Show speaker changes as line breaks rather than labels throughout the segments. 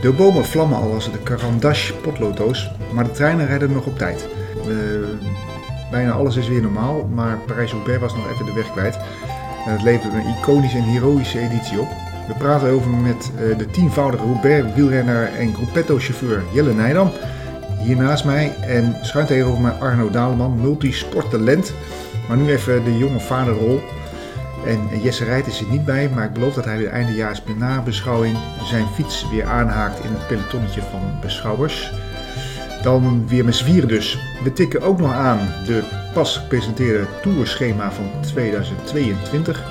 De bomen vlammen al als de Karandash potlooddoos, maar de treinen rijden nog op tijd. Eh, bijna alles is weer normaal, maar Parijs-Roubaix was nog even de weg kwijt. En het levert een iconische en heroïsche editie op. We praten over met eh, de tienvoudige Roubaix-wielrenner en gruppetto-chauffeur Jelle Nijdam. Hier naast mij en schuin tegenover mij Arno Daleman, multisporttalent. Maar nu even de jonge vaderrol. En Jesse Rijt is er niet bij, maar ik beloof dat hij de eindejaars nabeschouwing zijn fiets weer aanhaakt in het pelotonnetje van beschouwers. Dan weer met zwieren dus. We tikken ook nog aan de pas gepresenteerde tourschema van 2022.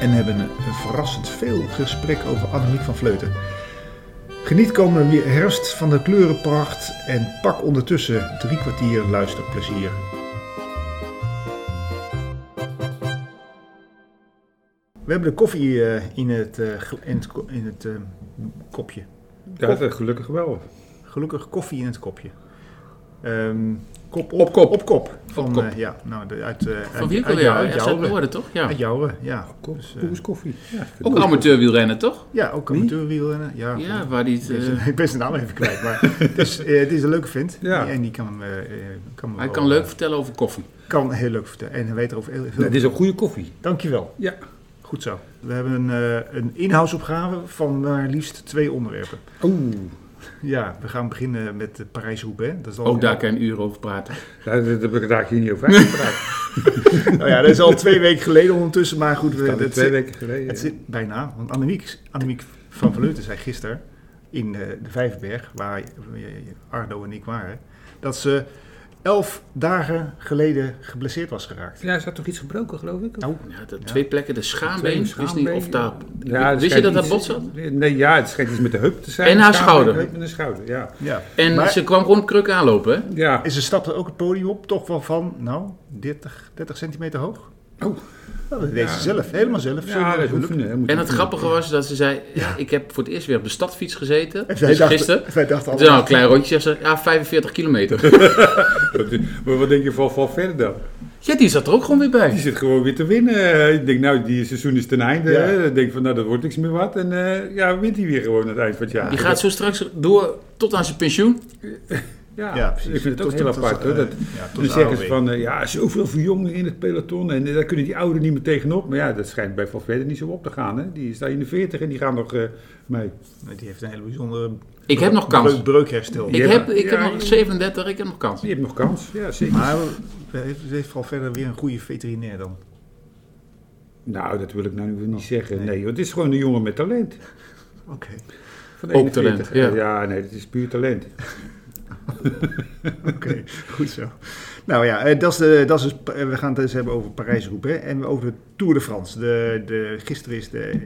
En hebben een verrassend veel gesprek over Annemiek van Vleuten. Geniet komende weer- herfst van de kleurenpracht en pak ondertussen drie kwartier luisterplezier. We hebben de koffie eh, in het, eh, gl- in het, ko- in het eh, kopje.
Ja, dat is gelukkig wel.
Gelukkig koffie in het kopje. Ehm, kop op,
Op kop.
Op kop. Van,
kop.
eh, ja, nou, de- uit, eh,
Van
uit-
wie ook
uit,
alweer?
jou- uit
Ja,
jouwe.
Zuid-Noorden, toch? Ja.
Uit jouwe, ja. Dus, eh,
koffie. Oh, nou, Ja,
Ook amateurwielrennen, toch?
ja, ook amateurwielrennen. Ja,
Ja, waar die... het,
Ik ben zijn-
eh,
ik ben zijn naam even kwijt, maar het is, eh, het is een leuke vent.
Ja.
En die kan, hem, eh, eh, kan hem
hij
wel,
kan leuk
eh,
vertellen over koffie.
Kan heel leuk vertellen. En hij weet erover heel veel.
Dat is ook goede koffie.
Dankjewel.
Ja.
Goed zo. We hebben een, eh, een inhoudsopgave van maar liefst twee onderwerpen.
Oeh.
Ja, we gaan beginnen met eh, Parijs-Roubaix. Dat is al-
Ook daar kan je een uur over praten.
Daar, daar heb ik daar hier niet over uitgepraat.
Nou ja, dat is al twee weken geleden ondertussen, maar goed. We,
Dat
dat
is twee
zit-
weken geleden.
Het zit bijna, want Annemiek, Annemiek van Vleuten zei gisteren in eh, de Vijverberg, waar eh, Ardo en ik waren, dat ze elf dagen geleden geblesseerd was geraakt.
Ja, is dat toch iets gebroken, geloof ik?
Nou,
Ja, dat
Ja.
twee plekken, de schaambeen.
Twee
Ik wist niet of daar...
Ja,
wist je
schijnt
dat dat
iets-
bot zat?
Nee, ja, het schijnt iets met de heup te zijn.
En haar
Schaambeen,
schouder.
Heup en de schouder, ja.
ja.
En
Maar-
ze kwam gewoon kruk aanlopen, hè?
Ja,
En ze stapte ook het podium op, toch wel van, nou, 30, 30 centimeter hoog.
Oh.
Nou, dat deed
Ja.
ze zelf, helemaal zelf. Zo,
ja dat is
gelukkig.
oefenen. hè, moet
En
je
het
oefenen.
grappige was dat ze zei... Ja, ik heb voor het eerst weer op de stadfiets gezeten.
En
Dus
dachten-
gisteren.
wij dachten
Nou,
allemaal,
een klein rondje, zegt ze. Ja, 45 kilometer.
Maar wat denk je van Van verder dan?
Ja, die zat er ook gewoon weer
Die
bij.
zit gewoon weer te winnen. Ik denk, nou, die seizoen is ten einde.
Ja.
hè. Ik denk van, nou, dat wordt niks meer wat. En eh, ja, wint hij weer gewoon aan het eind van het jaar.
Die gaat zo straks door tot aan zijn pensioen.
Ja,
ja, precies.
ik vind het ook
Tot-
heel
tot-
apart.
tot-
hoor. dat,
eh, ja, tot
Dan zeggen
AOW.
ze van, eh, ja, zoveel verjongen in het peloton en eh, daar kunnen die ouderen niet meer tegenop. Maar ja, dat schijnt bij Valverde niet zo op te gaan. Hè? Die staan in de 40 en die gaan nog eh, mee.
Die heeft een hele bijzondere
Ik heb nog kans.
breuk- breukherstel.
Ik
hebt-
heb, ik
ja,
heb nog
je-
37, ik heb nog kans.
Die hebben nog kans, ja zeker.
Maar we heeft, heeft vooral verder weer een goede veterinair dan.
Nou, dat wil ik nou niet zeggen. Nee, joh, het is gewoon een jongen met talent.
Oké.
Van
Ook
41.
talent, ja.
nee, dat is puur talent.
Oké, goed zo. Nou ja, eh, dat is de, dat is dus, eh, we gaan het eens hebben over Parijs-Roubaix en over de Tour de France. De, de, gisteren is, de, eh,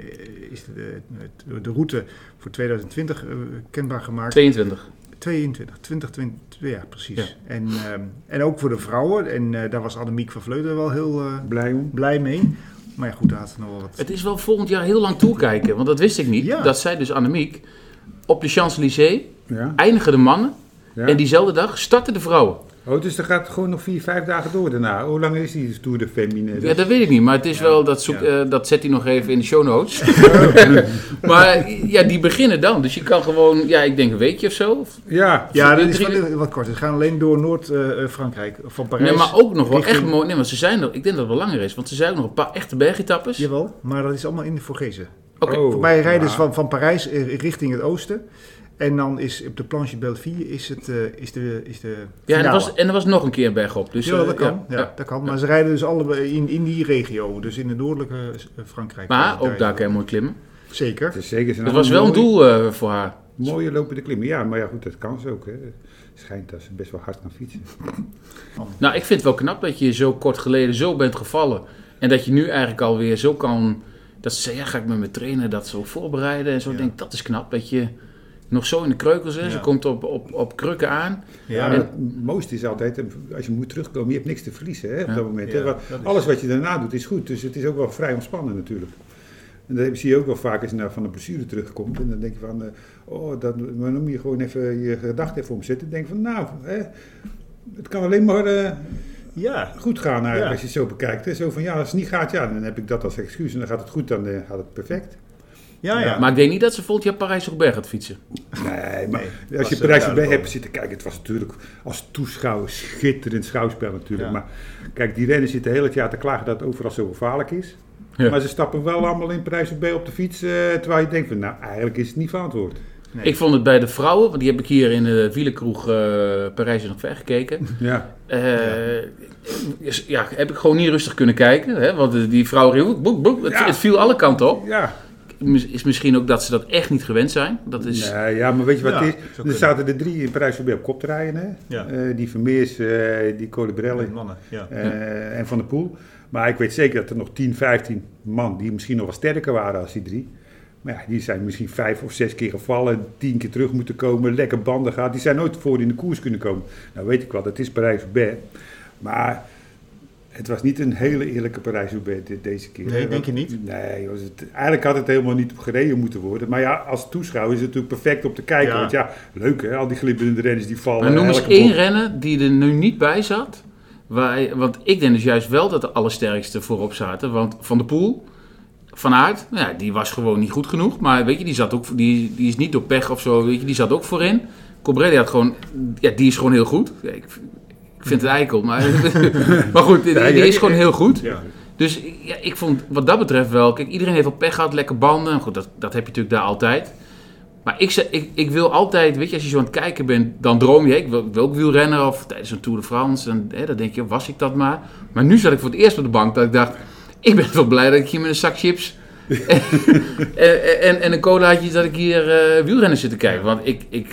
is de, de, de route voor 2020 eh, kenbaar gemaakt.
22.
22, 2020, ja precies.
Ja.
En, ehm, en ook voor de vrouwen, en eh, daar was Annemiek van Vleuten wel heel eh,
Blij om.
blij mee. Maar ja, goed, daar had ze nog wel wat...
Het is wel volgend jaar heel lang toekijken, want dat wist ik niet.
Ja.
Dat zij dus Annemiek op de Champs-Élysées
Ja,
eindigen de mannen
ja.
en diezelfde dag starten de vrouwen.
Oh, dus er gaat gewoon nog vier, vijf dagen door daarna. Oh, Hoe lang is die Tour de Femine?
Ja, dat weet ik niet, maar het is wel, dat, zoek,
Ja.
eh, dat zet hij nog even in de show notes. maar ja, die beginnen dan, dus je kan gewoon, ja, ik denk een weekje of zo. Of-
Ja,
Ja, dat
die
is
drie-
wel wat kort. Ze gaan alleen door eh, Noord-Frankrijk, van Parijs.
Nee, maar ook nog wel echt
richting-
mooi. Nee, want ze zijn er, ik denk dat het wel langer is, want ze zijn ook nog een paar echte bergetappes.
Jawel, maar dat is allemaal in de Vorgezen.
Oké.
Oh,
Voor mij rijden ze
ja.
van, van Parijs eh, richting het oosten. En dan is op de planche Belleville is, het, eh, is de, is de
Ja, en er,
finale.
was, en er was nog een keer een berg op. Dus,
Jawel,
eh,
dat kan. Ja, dat kan. Maar ze rijden dus allebei in, in die regio, dus in het noordelijke eh, Frankrijk.
Maar
Eh,
ook daar kan je mooi klimmen.
Zeker.
het is zeker zijn
Het was wel een doel eh, voor haar.
Mooie lopende klimmen, ja, maar ja, goed, dat kan ze ook. Hè. Schijnt dat ze best wel hard kan fietsen.
Nou, ik vind het wel knap dat je zo kort geleden zo bent gevallen. En dat je nu eigenlijk alweer zo kan. Dat ze zeggen, ja, ga ik met mijn trainer dat zo voorbereiden. En zo
Ja.
denk ik, dat is knap. Dat je nog zo in de kreukels is.
Ja.
Je komt op, op, op krukken aan.
Ja,
Ja,
maar
dat-
het mooiste is altijd, eh, als je moet terugkomen, je hebt niks te verliezen hè, op
Ja.
dat moment.
Ja,
hè. Want
dat is
alles wat je daarna doet is goed, dus het is ook wel vrij ontspannen natuurlijk. En dat zie je ook wel vaak als je nou van een blessure terugkomt. En dan denk je van, eh, oh, dat, maar dan moet je gewoon even je gedachten even omzetten. En denk van, nou, hè, het kan alleen maar eh,
ja.
goed gaan eigenlijk,
Ja.
als je het zo bekijkt. Hè. Zo van, ja, als het niet gaat, ja, dan heb ik dat als excuus. En dan gaat het goed, dan eh, gaat het perfect.
Ja, ja.
Maar ik denk niet dat ze volgend jaar Parijs-Roubaix gaat fietsen.
Nee, maar
Nee,
als
was,
je
eh,
Parijs erbij
duidelijk
hebt zitten kijken, het was natuurlijk als toeschouwer schitterend schouwspel natuurlijk.
Ja.
Maar kijk, die renners zitten heel het jaar te klagen dat het overal zo gevaarlijk is.
Ja.
Maar ze stappen wel allemaal in Parijs erbij op de fiets, eh, terwijl je denkt van nou, eigenlijk is het niet verantwoord.
Nee.
Ik vond het bij de vrouwen, want die heb ik hier in de wielenkroeg eh Parijs nog ver gekeken.
Ja,
Eh, ja. heb ik gewoon niet rustig kunnen kijken. Hè? Want eh, die vrouw riep, boek, boek, boek. Het,
Ja.
het viel alle kanten op.
ja.
Mis- Is misschien ook dat ze dat echt niet gewend zijn. Dat is,
Nee, ja, maar weet je wat
Ja,
het
zou
is? Er
kunnen.
zaten er drie in Parijs erbij op kop te rijden. Hè?
Ja.
Eh, die Vermeers, eh, die Colibrelli
Alleen mannen, ja.
eh, en Van der Poel. Maar ik weet zeker dat er nog 10, 15 man die misschien nog wel sterker waren als die drie. Maar ja, die zijn misschien vijf of zes keer gevallen, tien keer terug moeten komen, lekker banden gehad. Die zijn nooit voor in de koers kunnen komen. Nou weet ik wel, dat is Parijs-Roubaix. Maar het was niet een hele eerlijke Parijs-Roubaix de- deze keer.
Nee,
hè,
denk je
want-
niet?
Nee, joh, het, eigenlijk had het helemaal niet op gereden moeten worden. Maar ja, als toeschouwer is het natuurlijk perfect op te kijken.
Ja.
Want ja, leuk hè, al die glibberende renners die vallen.
maar
eh,
noem eens
elke
één
bocht.
renner die er nu niet bij zat. Waar, je- want ik denk dus juist wel dat de allersterkste voorop zaten. Want Van der Poel, Van Aert, nou ja, die was gewoon niet goed genoeg. Maar weet je, die, zat ook, die, die is niet door pech of zo, weet je, die zat ook voorin. Cobrelli had gewoon, ja, die is gewoon heel goed. Ja, ik, ik vind het eikel, maar, maar goed, die, die is gewoon heel goed.
Ja.
Dus ja, ik vond wat dat betreft wel. Kijk, iedereen heeft wel pech gehad, lekker banden. Goed, dat, dat heb je natuurlijk daar altijd. Maar ik, ze- ik, ik wil altijd, weet je, als je zo aan het kijken bent, dan droom je. Ik wil, ik wil ook wielrennen of tijdens een Tour de France. En hè, dan denk je, was ik dat maar. Maar nu zat ik voor het eerst op de bank dat ik dacht, ik ben wel blij dat ik hier met een zak chips en, en, en een colaatje dat ik hier eh, wielrennen zit te kijken. Want ik, ik,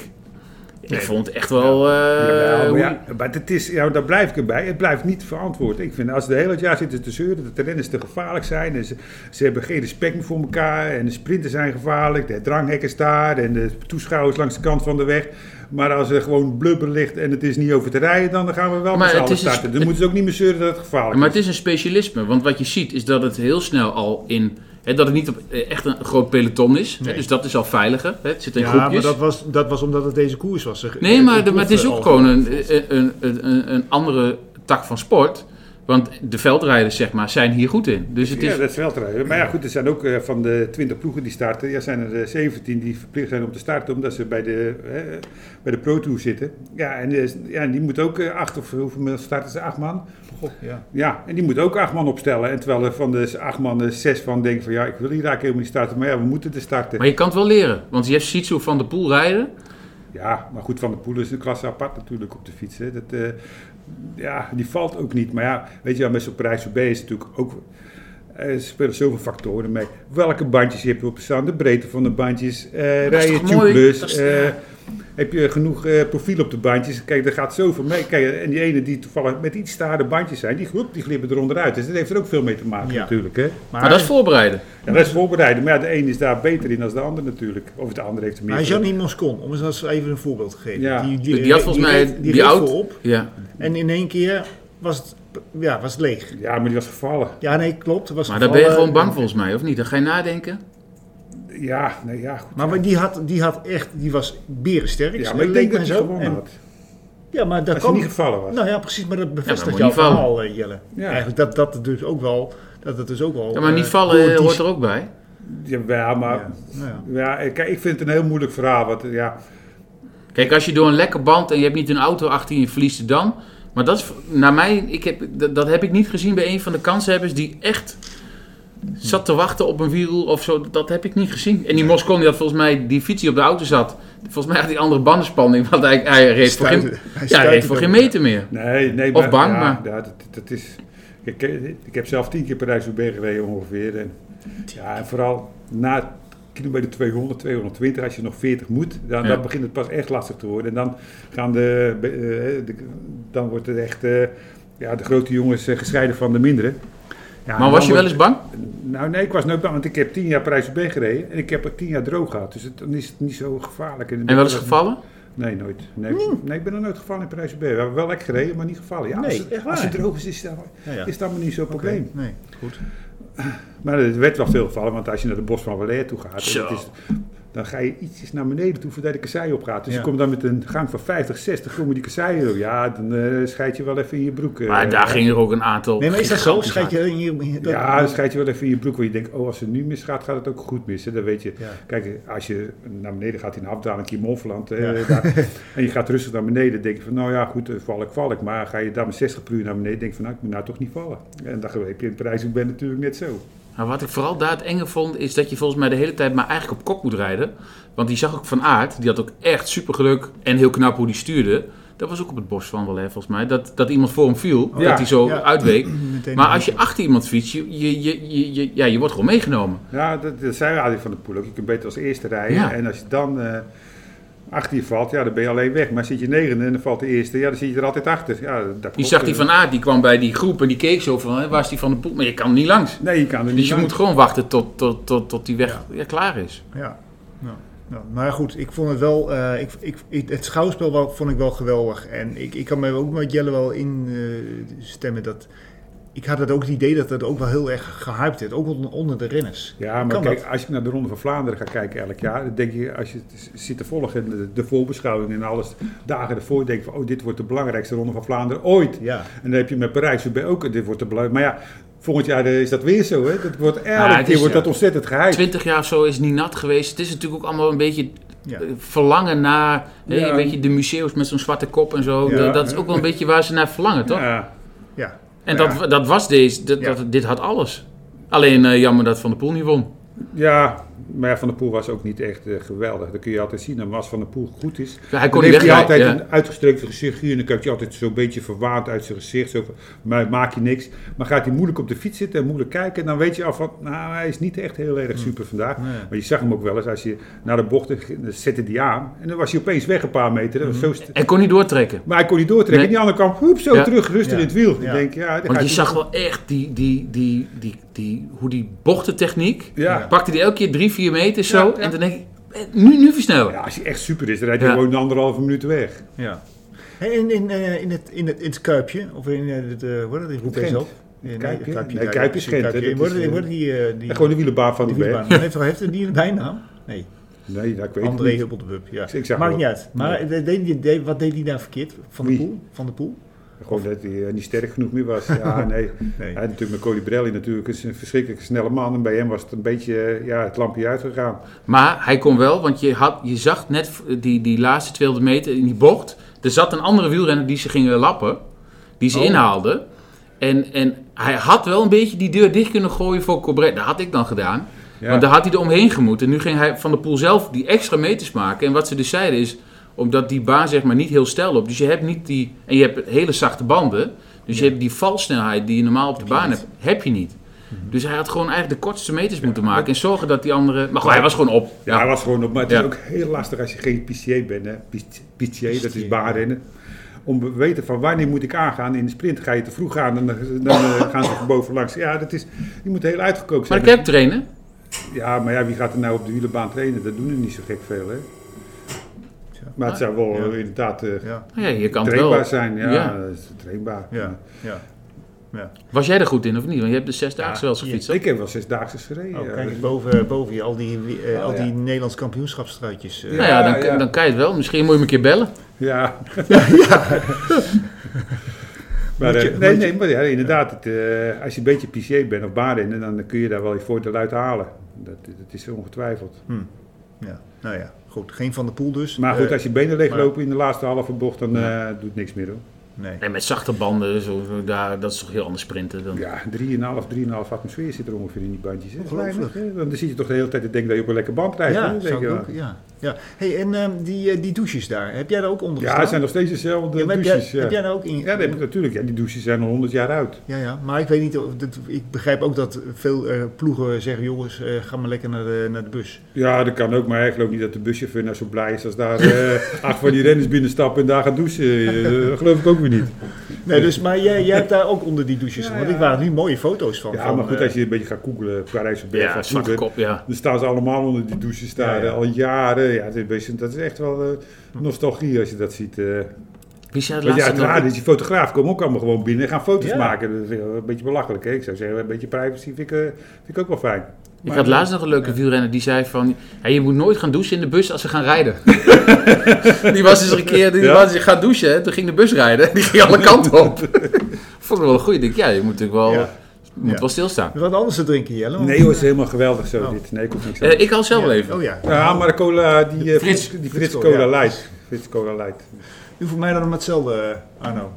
ik
Nee.
vond het echt wel... eh,
Jawel,
hoe-
maar, ja, maar het is, ja, daar blijf ik erbij. Het blijft niet verantwoord. Ik vind als ze de hele jaar zitten te zeuren dat de renners te gevaarlijk zijn. En ze, ze hebben geen respect meer voor elkaar. En de sprinten zijn gevaarlijk. De dranghekken staan. En de toeschouwers langs de kant van de weg. Maar als er gewoon blubber ligt en het is niet over te rijden, dan gaan we wel
Maar
met z'n
het
allen
is een
starten.
sp-
Dan moeten ze ook niet meer zeuren dat het gevaarlijk
Maar
is.
het is een specialisme, want wat je ziet is dat het heel snel al in... Hè, dat het niet op, eh, echt een groot peloton is, hè,
Nee.
dus dat is al veiliger. Hè, het zit in
Ja, maar
groepjes.
dat eh, was, dat was omdat het deze koers was. Er-
nee,
er-
maar,
er
de- maar het is
ploffen al-
ook gewoon een, eh, een, een, een, een andere tak van sport. Want de veldrijders, zeg maar, zijn hier goed in. Dus het is...
Ja, dat is wel terecht. Maar ja, goed, er zijn ook eh, van de 20 ploegen die starten, ja, zijn er eh, 17 die verplicht zijn om te starten omdat ze bij de, eh, bij de Pro Tour zitten. Ja, en eh, ja, en die moet ook eh, acht of hoeveel starten ze? Acht man?
Goh, Oh, ja.
Ja, en die moet ook acht man opstellen. En terwijl er van de acht man er zes van denken van ja, ik wil hier eigenlijk helemaal niet starten, maar ja, we moeten er starten.
Maar je kan het wel leren, want je ziet zo van de poel rijden.
Ja, maar goed, Van der Poel is een klasse apart natuurlijk op de fiets. Hè. Dat, eh, ja, die valt ook niet. Maar ja, weet je wel, met zo'n prijs B is natuurlijk ook... eh, Er spelen zoveel factoren mee. Welke bandjes heb je op staan? De breedte van de bandjes. eh rij je
toch mooi?
tubeless?
Dat is-
eh, heb je genoeg eh, profiel op de bandjes? Kijk, er gaat zoveel mee. Kijk, en die ene die toevallig met iets stare bandjes zijn, die, hup, die glibben eronder uit. Dus dat heeft er ook veel mee te maken
Ja.
natuurlijk. Hè?
Maar,
Maar dat is voorbereiden.
Ja, dat is voorbereiden. Maar ja, de een is daar beter in dan de ander natuurlijk. Of de ander heeft er meer.
maar
voor.
Gianni Moscon, om eens als even een voorbeeld te geven.
Ja.
Die had volgens mij,
reed-
die
reed
oud-
voorop
Ja.
en in één keer was het, ja, was het leeg.
Ja, maar die was gevallen.
Ja, nee, klopt. er Was
Maar daar ben je
gevallen.
gewoon bang volgens mij, of niet? Dan ga je nadenken.
Ja, nee, ja, goed.
Maar die had, die had echt, die was berensterk.
Ja,
zo
maar ik
leek
denk
mij
dat hij
zo.
gewonnen
En-
had.
Ja, maar dat
Als hij
kan
niet gevallen was.
Nou ja, precies, maar dat
Ja, maar
bevestigt
moet
jouw
niet vallen.
verhaal, eh, Jelle.
Ja.
Eigenlijk dat dat het dus ook wel, dat het dus ook wel.
Ja, maar niet
eh,
vallen
door
eh,
die-
hoort er ook bij.
Jawel, maar...
Nou. Ja, nou ja.
Ja, ik- kijk, ik vind het een heel moeilijk verhaal. Want, eh, ja,
Kijk, als je door een lekke band en je hebt niet een auto achter je, je verliest het dan. Maar dat is, naar mij, ik heb, dat, dat heb ik niet gezien bij een van de kanshebbers die echt zat te wachten op een wiel of zo. Dat heb ik niet gezien. En die Moscon, die had volgens mij, die fiets die op de auto zat, volgens mij had die andere bandenspanning, want hij, hij reed voor geen,
Stuiten- hij
ja, hij reed
stuitte
voor
ook.
geen meter meer.
nee, nee,
Of bang,
ja,
maar-
ja, dat, dat is... Ik, ik heb zelf tien keer Parijs-Roubaix gereden ongeveer. En, ja, en vooral na kilometer 200, 220, als je nog 40 moet, dan,
Ja.
dan begint het pas echt lastig te worden. En dan, gaan de, eh, de- dan wordt het echt... eh, ja, de grote jongens eh, gescheiden van de mindere. Ja,
Maar
en dan
was je wel
wordt-
eens bang?
Nou, nee, ik was nooit bang, want ik heb tien jaar parijs B gereden en ik heb er tien jaar droog gehad. Dus het, dan is het niet zo gevaarlijk. dan
En
ben
wel
ik
eens gevallen?
Nee, nooit. Nee, nee, ik ben er nooit gevallen in parijs B. We hebben wel lekker gereden, maar niet gevallen. Ja,
Hmm. Nee,
als, het,
echt waar?
als het droog is, is dat,
Ja, ja.
is dat maar niet zo'n probleem.
Nee, goed.
Maar er werd wel veel gevallen, want als je naar de Bos van Valère toe gaat, en
Zo.
het is dan ga je ietsjes naar beneden toe voordat de kassei opgaat. Dus
Ja.
je komt dan met een gang van 50, 60, komen die kasseien door. Ja, dan eh scheid je wel even in je broek. eh.
Maar daar gingen er ook een aantal.
Nee, maar is dat zo?
gigantisch
Scheid
uit.
je in je... dat-
Ja, dan scheid je wel even in je broek. Want je denkt, oh, als het nu misgaat, gaat het ook goed mis. Hè? Dan weet je,
Ja.
kijk, als je naar beneden gaat in een afdaling in Monfeland. hè,
Ja.
daar, en je gaat rustig naar beneden. denk je van, nou ja, goed, eh, val ik, val ik. Maar ga je daar met 60 per uur naar beneden, denk je van, nou, ik moet nou toch niet vallen. En dan heb je in Parijs, ik ben natuurlijk net zo.
Maar Nou, wat ik vooral daar het enge vond, is dat je volgens mij de hele tijd maar eigenlijk op kop moet rijden. Want die zag ook van aard, die had ook echt super geluk en heel knap hoe die stuurde. Dat was ook op het bos van wel, hè, volgens mij. Dat, dat iemand voor hem viel,
ja,
dat hij zo
ja.
uitweek.
Meteen
Maar als je achter iemand fietst, je, je, je, je- je- ja, je wordt gewoon meegenomen.
Ja, dat, dat zei Adi van de Poel ook. Je kunt beter als eerste rijden.
Ja.
En als je dan eh, achter je valt, ja, dan ben je alleen weg. Maar zit je negende en dan valt de eerste, ja, dan zit je er altijd achter. Ja, dat
Die
klopt. eh.
zag die van aard, die kwam bij die groep en die keek zo van, hè, waar is die van de poel? Maar je kan niet langs.
Nee, je kan er niet
Dus je
aan.
moet gewoon wachten tot, tot, tot, tot die weg ja, klaar is.
Ja.
Ja. Ja, maar goed, ik vond het wel. eh, ik, ik, ik- het schouwspel wel, vond ik wel geweldig. En ik, ik kan me ook met Jelle wel instemmen dat. Ik had het ook het idee dat het ook wel heel erg gehyped werd. Ook on- onder de renners.
Ja, maar
Kan
kijk,
dat?
als ik naar de Ronde van Vlaanderen ga kijken elk jaar, dan denk je, als je het zit te volgen, de, de voorbeschouwing en alles, dagen ervoor, denk je van, oh, dit wordt de belangrijkste Ronde van Vlaanderen ooit.
Ja.
En dan heb je met Parijs bij ook, dit wordt de belangrijkste. Maar ja, volgend jaar eh, is dat weer zo, hè? Dat wordt elke
Ah, het
keer
is,
wordt
ja.
dat ontzettend geheim.
Twintig jaar of zo is niet nat geweest. Het is natuurlijk ook allemaal een beetje
Ja.
eh, verlangen naar hè,
Ja.
een beetje de museums met zo'n zwarte kop en zo.
Ja.
Dat, dat is ook wel een beetje waar ze naar verlangen, toch?
Ja.
Ja.
En
Ja.
dat, dat was deze. Dat,
Ja.
dat- dit had alles. Alleen eh, jammer dat Van der Poel niet won.
Ja, maar ja, Van der Poel was ook niet echt eh, geweldig. Dat kun je altijd zien. En als Van der Poel goed is,
Ja, hij kon
dan
niet
heeft hij
wegrijden.
altijd
Ja.
een uitgestrekt gezichtje. En dan kijkt hij altijd zo'n beetje verwaand uit zijn gezicht. Zo van, maar maak je niks. Maar gaat hij moeilijk op de fiets zitten en moeilijk kijken, dan weet je al van, nou, hij is niet echt heel
Hm.
erg super vandaag. Maar je zag hem ook wel eens, als je naar de bochten ging, dan zette hij aan. En dan was hij opeens weg een paar meter. Dat was zo st-
Hij kon niet doortrekken.
maar hij kon niet doortrekken.
Mhm. Nee.
En die andere kant, hoep, zo
Ja.
terug, rustig
Ja.
in het wiel. Ik
Ja.
denk, ja, dan
Want
gaat
je
hij-
zag wel echt die, die, die, die, die, hoe die bochtentechniek.
Ja.
Pakte die elke keer drie, vier meter zo.
Ja, ja.
En dan denk ik, eh, nu, nu versnellen.
Ja, als hij echt super is, dan rijdt hij
Ja.
gewoon anderhalve minuut weg.
ja.
Hey, in, in, eh,
In, het, in, het, in het kuipje, of in eh, het. eh, hoe heet dat? Hoe
Gent.
zelf? Nee,
Kuipje?
het
Nee,
ja,
Kuipje is
precies,
Gent, hè,
eh, Kuipje.
dat
Wordt
is,
het-
eh,
wordt die. eh, die
En gewoon de wielenbaan van de
die
weg.
wielbaan. Heeft heeft het niet een bijnaam? Nee.
Nee, dat ik weet ik
André
niet.
Hubbeldebub. Ja.
Ik zag
Maakt
wel-
niet uit. Maar deed, deed, deed- wat deed hij daar verkeerd? Van de
Wie?
Poel? Van de Poel?
Gewoon dat hij eh, niet sterk genoeg meer was. Ja, nee.
Nee.
Hij had natuurlijk met Colibrelli natuurlijk is een verschrikkelijk snelle man. En bij hem was het een beetje eh, ja, het lampje uitgegaan.
Maar hij kon wel, want je, had, je zag net v- die, die laatste 200 meter in die bocht. Er zat een andere wielrenner die ze gingen lappen. Die ze inhaalde. En, en hij had wel een beetje die deur dicht kunnen gooien voor Cobret. Dat had ik dan gedaan.
Ja.
Want daar had hij er omheen gemoet. En nu ging hij van de poel zelf die extra meters maken. En wat ze dus zeiden is, omdat die baan zeg maar niet heel stijl loopt. Dus je hebt niet die, en je hebt hele zachte banden. Dus je hebt die valsnelheid die je normaal op de baan hebt, heb je niet.
Mhm.
Dus hij had gewoon eigenlijk de kortste meters moeten maken. En zorgen dat die andere... Maar goed, hij was gewoon op.
Ja, hij was gewoon op. Maar het
Ja.
is ook heel lastig als je geen PCA bent. Hè. Pic- PCA, dat is baanrennen. Om te weten van wanneer moet ik aangaan in de sprint. Ga je te vroeg aan, dan, dan eh, gaan ze boven langs. Ja, dat is, je moet heel uitgekookt
Maar
zijn.
de kerk trainen?
Ja, maar ja, wie gaat er nou op de wielenbaan trainen? Dat doen er niet zo gek veel, hè. Maar het zou wel eh, inderdaad eh,
Ja.
Nou Ja, je kan het wel.
trainbaar zijn. Ja,
Ja.
dat is trainbaar.
Ja. ja. ja.
Was jij er goed in of niet? Want je hebt de zesdaagse wel eens
Ja,
gefietst. hè?
Ik heb wel zesdaagse gereden.
Oh,
ja. dus- Oh,
kijk, boven, boven je al die, eh, al die
ja.
Nederlands kampioenschapstruitjes. eh.
Ja.
nou ja dan,
ja.
dan kan je het wel. Misschien moet je hem een keer bellen.
Ja. maar,
Moet
eh,
je-
nee,
moet
nee, maar ja, inderdaad. Het, eh, als je een beetje PCA bent of baanrenner, dan kun je daar wel je voordeel uit halen. Dat, dat is ongetwijfeld.
Ja. Nou ja, goed. Geen Van de Poel dus.
Maar goed,
Eh,
als je benen
maar-
leeglopen in de laatste halve bocht, dan eh, doet niks meer hoor.
Nee.
En met zachte banden, zo, zo, daar, dat is toch heel anders sprinten dan.
Ja, 3,5, 3,5 atmosfeer zit er ongeveer in die bandjes. hè.
Ongelooflijk.
Weinig, hè. Want dan zit je toch de hele tijd te denken dat je op een lekker band rijdt. hè.
Ja,
Dan denk
zou
je
ik
wel.
ook. Ja. ja. Hey, en ehm, die, eh, die douches daar, heb jij daar ook onder
Ja,
gestaan?
het zijn nog steeds dezelfde
Ja, maar heb,
douches.
jij,
ja.
heb jij daar ook in?
Ja, nee, natuurlijk. Ja, die douches zijn al 100 jaar oud.
Ja, ja, maar ik weet niet of dat, ik begrijp ook dat veel eh, ploegen zeggen: jongens, eh, ga maar lekker naar de, naar de bus.
Ja, dat kan ook, maar ik geloof niet dat de buschauffeur nou zo blij is als daar eh, acht van die renners binnenstappen en daar gaan douchen. Eh, dat geloof ik ook weer niet.
Nee, dus, maar jij, jij hebt daar ook onder die douches.
Ja,
want
ja.
ik waren nu mooie foto's van.
Ja,
van,
maar goed,
eh,
als je een beetje gaat googelen, Parijs op
Ja,
van
zwarte
vroeger,
kop, ja.
dan staan ze allemaal onder die douches daar
Ja, ja.
eh, al jaren. Ja, dat is, een beetje- dat is echt wel eh, nostalgie als je dat ziet. eh.
Wie zei het
Want ja,
laatste
het
nog?
raar is, die fotograaf komen ook allemaal gewoon binnen en gaan foto's
Ja.
maken. Dat is een beetje belachelijk, hè? Ik zou zeggen, een beetje privacy eh, vind ik, eh, vind ik ook wel fijn.
Ik had laatst nog een leuke wielrenner die zei van... "Hé, je moet nooit gaan douchen in de bus als ze gaan rijden. die was dus een keer... Die
Ja?
was gaan douchen. hè, Toen ging de bus rijden. Die ging alle kanten op. Vond ik wel een goeie. Ik denk, ja, je moet natuurlijk wel,
Ja.
moet
Ja.
wel stilstaan.
Wat anders te drinken, Jelle? want-
Nee hoor, het is helemaal geweldig zo
Oh.
dit. Nee, komt niks aan.
Eh, ik al zelf
Ja.
wel even.
Oh ja.
Ja, maar de cola, die eh,
Frits.
Frits, die
Frits
Frits
Cola,
Cola
ja.
Light. Frits Cola Light.
U voor mij dan om hetzelfde, eh, Arno.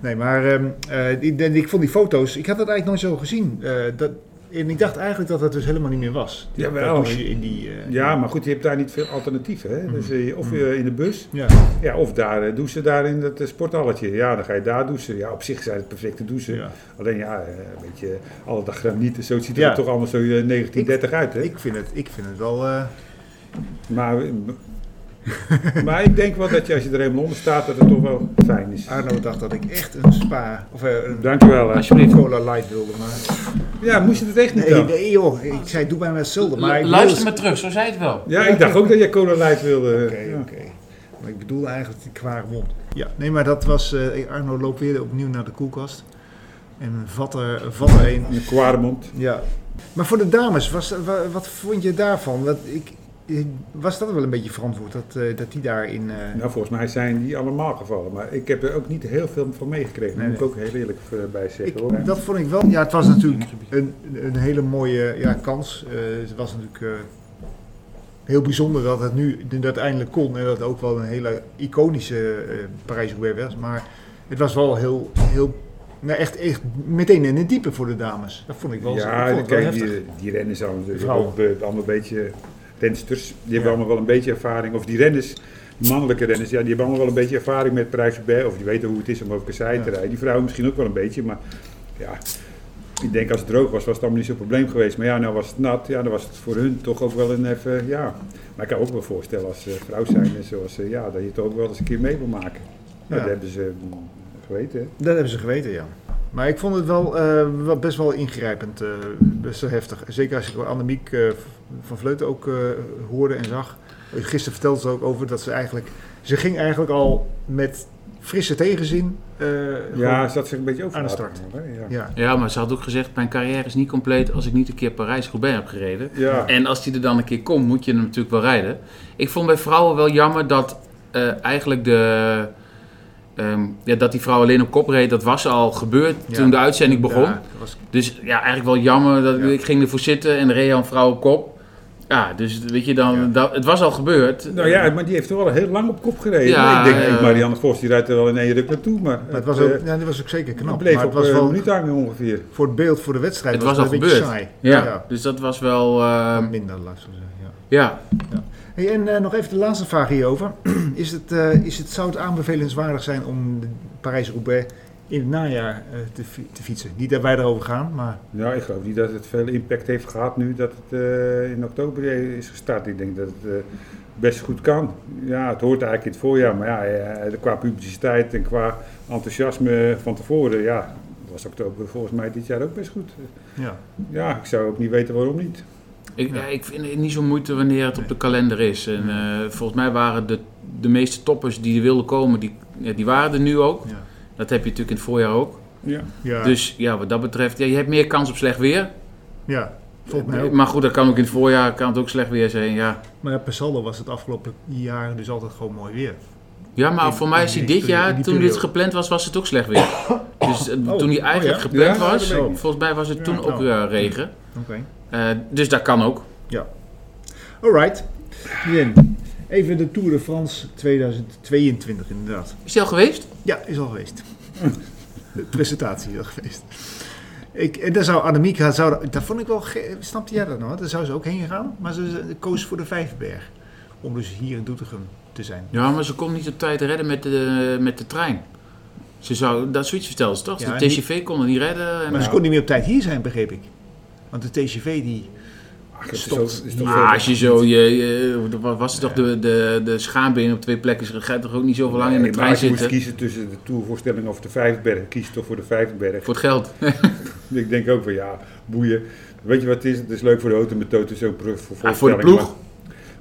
Nee, maar ehm, eh, ik, denk- ik vond die foto's, ik had dat eigenlijk nooit zo gezien. Eh, dat, en ik dacht eigenlijk dat dat dus helemaal niet meer was. Dat-
Jawel.
dat moest je in die... eh,
Ja, maar goed, je hebt daar niet veel alternatieven. Hè? Dus,
Mhm.
eh, of je in de bus,
ja.
ja, of daar eh, douchen, daar in dat eh, sporthalletje. Ja, dan ga je daar douchen. Ja, op zich zijn het perfecte douchen.
Ja.
Alleen ja, eh, een beetje alle dag graniet en zo. Het ziet er
Ja.
toch allemaal zo eh, 1930 uit, hè?
Ik, vind het, ik vind het wel... eh,
Maar, eh, maar ik denk wel dat je als je er helemaal onder staat, dat het toch wel fijn is.
Arno dacht dat ik echt een spa... Of eh, een
Dankjewel. hè.
Alsjeblieft.
cola light wilde, maar...
Ja, moest je het echt niet
Nee,
dan?
nee joh, ik zei doe bijna hetzelfde, maar... ik
Lu-
wil
Luister
het-
maar terug. Zo zei het wel.
Ja, ik dacht ook dat jij cola light wilde. eh,
Oké,
Ja.
oké. Maar ik bedoel eigenlijk die kwaar wond. Ja, nee, maar dat was... eh, Arno loopt weer opnieuw naar de koelkast. En vat er, vat er een.
Een kwaremond.
Ja. Maar voor de dames, was, wa- wat vond je daarvan? Wat, ik, ik- was dat wel een beetje verantwoord dat, eh, dat die daarin. eh,
Nou, volgens mij zijn die allemaal gevallen. Maar ik heb er ook niet heel veel van meegekregen. Daar
Nee,
moet ik ook heel eerlijk eh, bij zeggen.
ik,
hoor.
dat vond ik wel. Ja, het was natuurlijk een, een hele mooie ja, kans. Eh, het was natuurlijk eh, heel bijzonder dat het nu uiteindelijk kon. En dat het ook wel een hele iconische eh Parijs-Roubaix was. Maar het was wel heel. heel nou, echt, echt meteen in het diepe voor de dames. Dat vond ik wel, ik
ja,
vond
dan
het wel
kijk,
heftig.
die, die renners zijn natuurlijk
Vrouwen.
ook, eh, allemaal een beetje rensters. Die
Ja.
hebben allemaal wel een beetje ervaring. Of die renners, die mannelijke renners, ja, die hebben allemaal wel een beetje ervaring met parijs roubaix Of die weten hoe het is om over kassei te
Ja.
rijden. Die vrouwen misschien ook wel een beetje, maar ja... Ik denk als het droog was, was het allemaal niet zo'n probleem geweest. Maar ja, nou was het nat. Ja, dan was het voor hun toch ook wel een even, ja... Maar ik kan ook wel voorstellen als eh, vrouw zijn en zoals, eh, ja, dat je het ook wel eens een keer mee wil maken. Nou,
Ja.
dat hebben ze mm, geweten, hè.
Dat hebben ze geweten, ja. Maar ik vond het wel, eh, wel best wel ingrijpend, eh, best wel heftig. Zeker als ik Annemiek eh, van Vleuten ook eh, hoorde en zag. Gisteren vertelde ze ook over dat ze eigenlijk... Ze ging eigenlijk al met frisse tegenzin. eh,
Ja,
gewoon-
ze had zich een beetje over
Aan de
laten
start.
gaan, hè,
ja.
Ja, maar ze had ook gezegd, mijn carrière is niet compleet als ik niet een keer Parijs-Roubaix heb gereden.
Ja.
En als die er dan een keer komt, moet je hem natuurlijk wel rijden. Ik vond bij vrouwen wel jammer dat eh, eigenlijk de... ehm, ja, dat die vrouw alleen op kop reed, dat was al gebeurd
Ja.
toen de uitzending begon.
Ja, dat was-
Dus ja, eigenlijk wel jammer. Dat,
Ja.
Ik ging ervoor zitten en er reed al een vrouw op kop. Ja, dus weet je dan,
Ja.
dat, het was al gebeurd.
Nou ja, maar die heeft toch wel heel lang op kop gereden.
Ja,
ik denk,
ja.
Marianne Vos die rijdt er wel in één ruk naartoe. Maar, eh,
maar het was ook, ja, dat was ook zeker knap.
bleef
maar het
op
was
eh,
wel
een minuut hangen ongeveer.
voor het beeld, voor de wedstrijd,
Het
was
was al
een beetje
gebeurd.
saai.
Ja, dus dat was wel.
Wat
ehm,
minder, laat ik zo zeggen. Ja.
ja,
Hey, en eh, nog even de laatste vraag hierover. Is het, eh, is het, zou het aanbevelenswaardig zijn om de Parijs-Roubaix in het najaar eh, te, fi- te fietsen? Niet dat wij erover gaan, maar
Nou, ik geloof niet dat het veel impact heeft gehad nu dat het eh, in oktober is gestart. Ik denk dat het eh, best goed kan. Ja, het hoort eigenlijk in het voorjaar. Maar ja, eh, qua publiciteit en qua enthousiasme van tevoren, ja, was oktober volgens mij dit jaar ook best goed.
ja.
Ja, ik zou ook niet weten waarom niet.
ik,
Ja.
ja, ik vind het niet zo moeite wanneer het op de kalender is. En eh, volgens mij waren de, de meeste toppers die er wilden komen, die, ja, die waren er nu ook.
Ja.
Dat heb je natuurlijk in het voorjaar ook.
Ja.
Ja,
Dus ja, wat dat betreft, ja, je hebt meer kans op slecht weer.
ja volgens mij ook.
Maar goed, dat kan ook in het voorjaar, kan het ook slecht weer zijn. Ja,
Maar ja, per saldo was het afgelopen jaar dus altijd gewoon mooi weer.
ja maar
In-
voor mij is
in
hij
die
dit
peri- in
jaar,
die
toen dit
periode.
gepland was, was het ook slecht weer. Dus eh,
Oh,
toen hij
oh
eigenlijk
ja?
gepland
Ja, dat
was,
weet ik niet.
volgens mij was het
Ja,
toen ook
nou.
eh, regen.
Oké.
Eh, dus dat kan ook.
Alright. Bien. Even de Tour de France 2022 inderdaad.
Is hij al geweest?
Ja, is al geweest. De presentatie is al geweest. Ik, en daar zou Annemiek, haar zou, daar vond ik wel, ge- snapte jij dat nou? Daar zou ze ook heen gaan, maar ze ze koos voor de Vijfberg. Om dus hier in Doetinchem te zijn.
Ja, maar ze kon niet op tijd redden met de, met de trein. Ze zou dat zoiets vertellen, toch?
Ja,
de
en die-
TCV kon het niet redden. En eh,
Maar ze kon niet meer op tijd hier zijn, begreep ik. Want de TCV die...
Ach, het
Stopt.
ook-
Ja,
Ah,
veel-
als je zo, je, je- wat was het toch, de, de, de schaambeen op twee plekken, ze gaat toch ook niet zoveel lang in de
Nee, maar
trein
als je moest
zitten?
kiezen tussen de tourvoorstelling of de Vijfberg, kies toch voor de Vijfberg.
Voor het geld. Ah,
Ik denk ook van ja, boeien. Weet je wat het is? Het is leuk voor de auto met Toto zo'n pro- voor
Ah, voor de
voorstelling,
ploeg.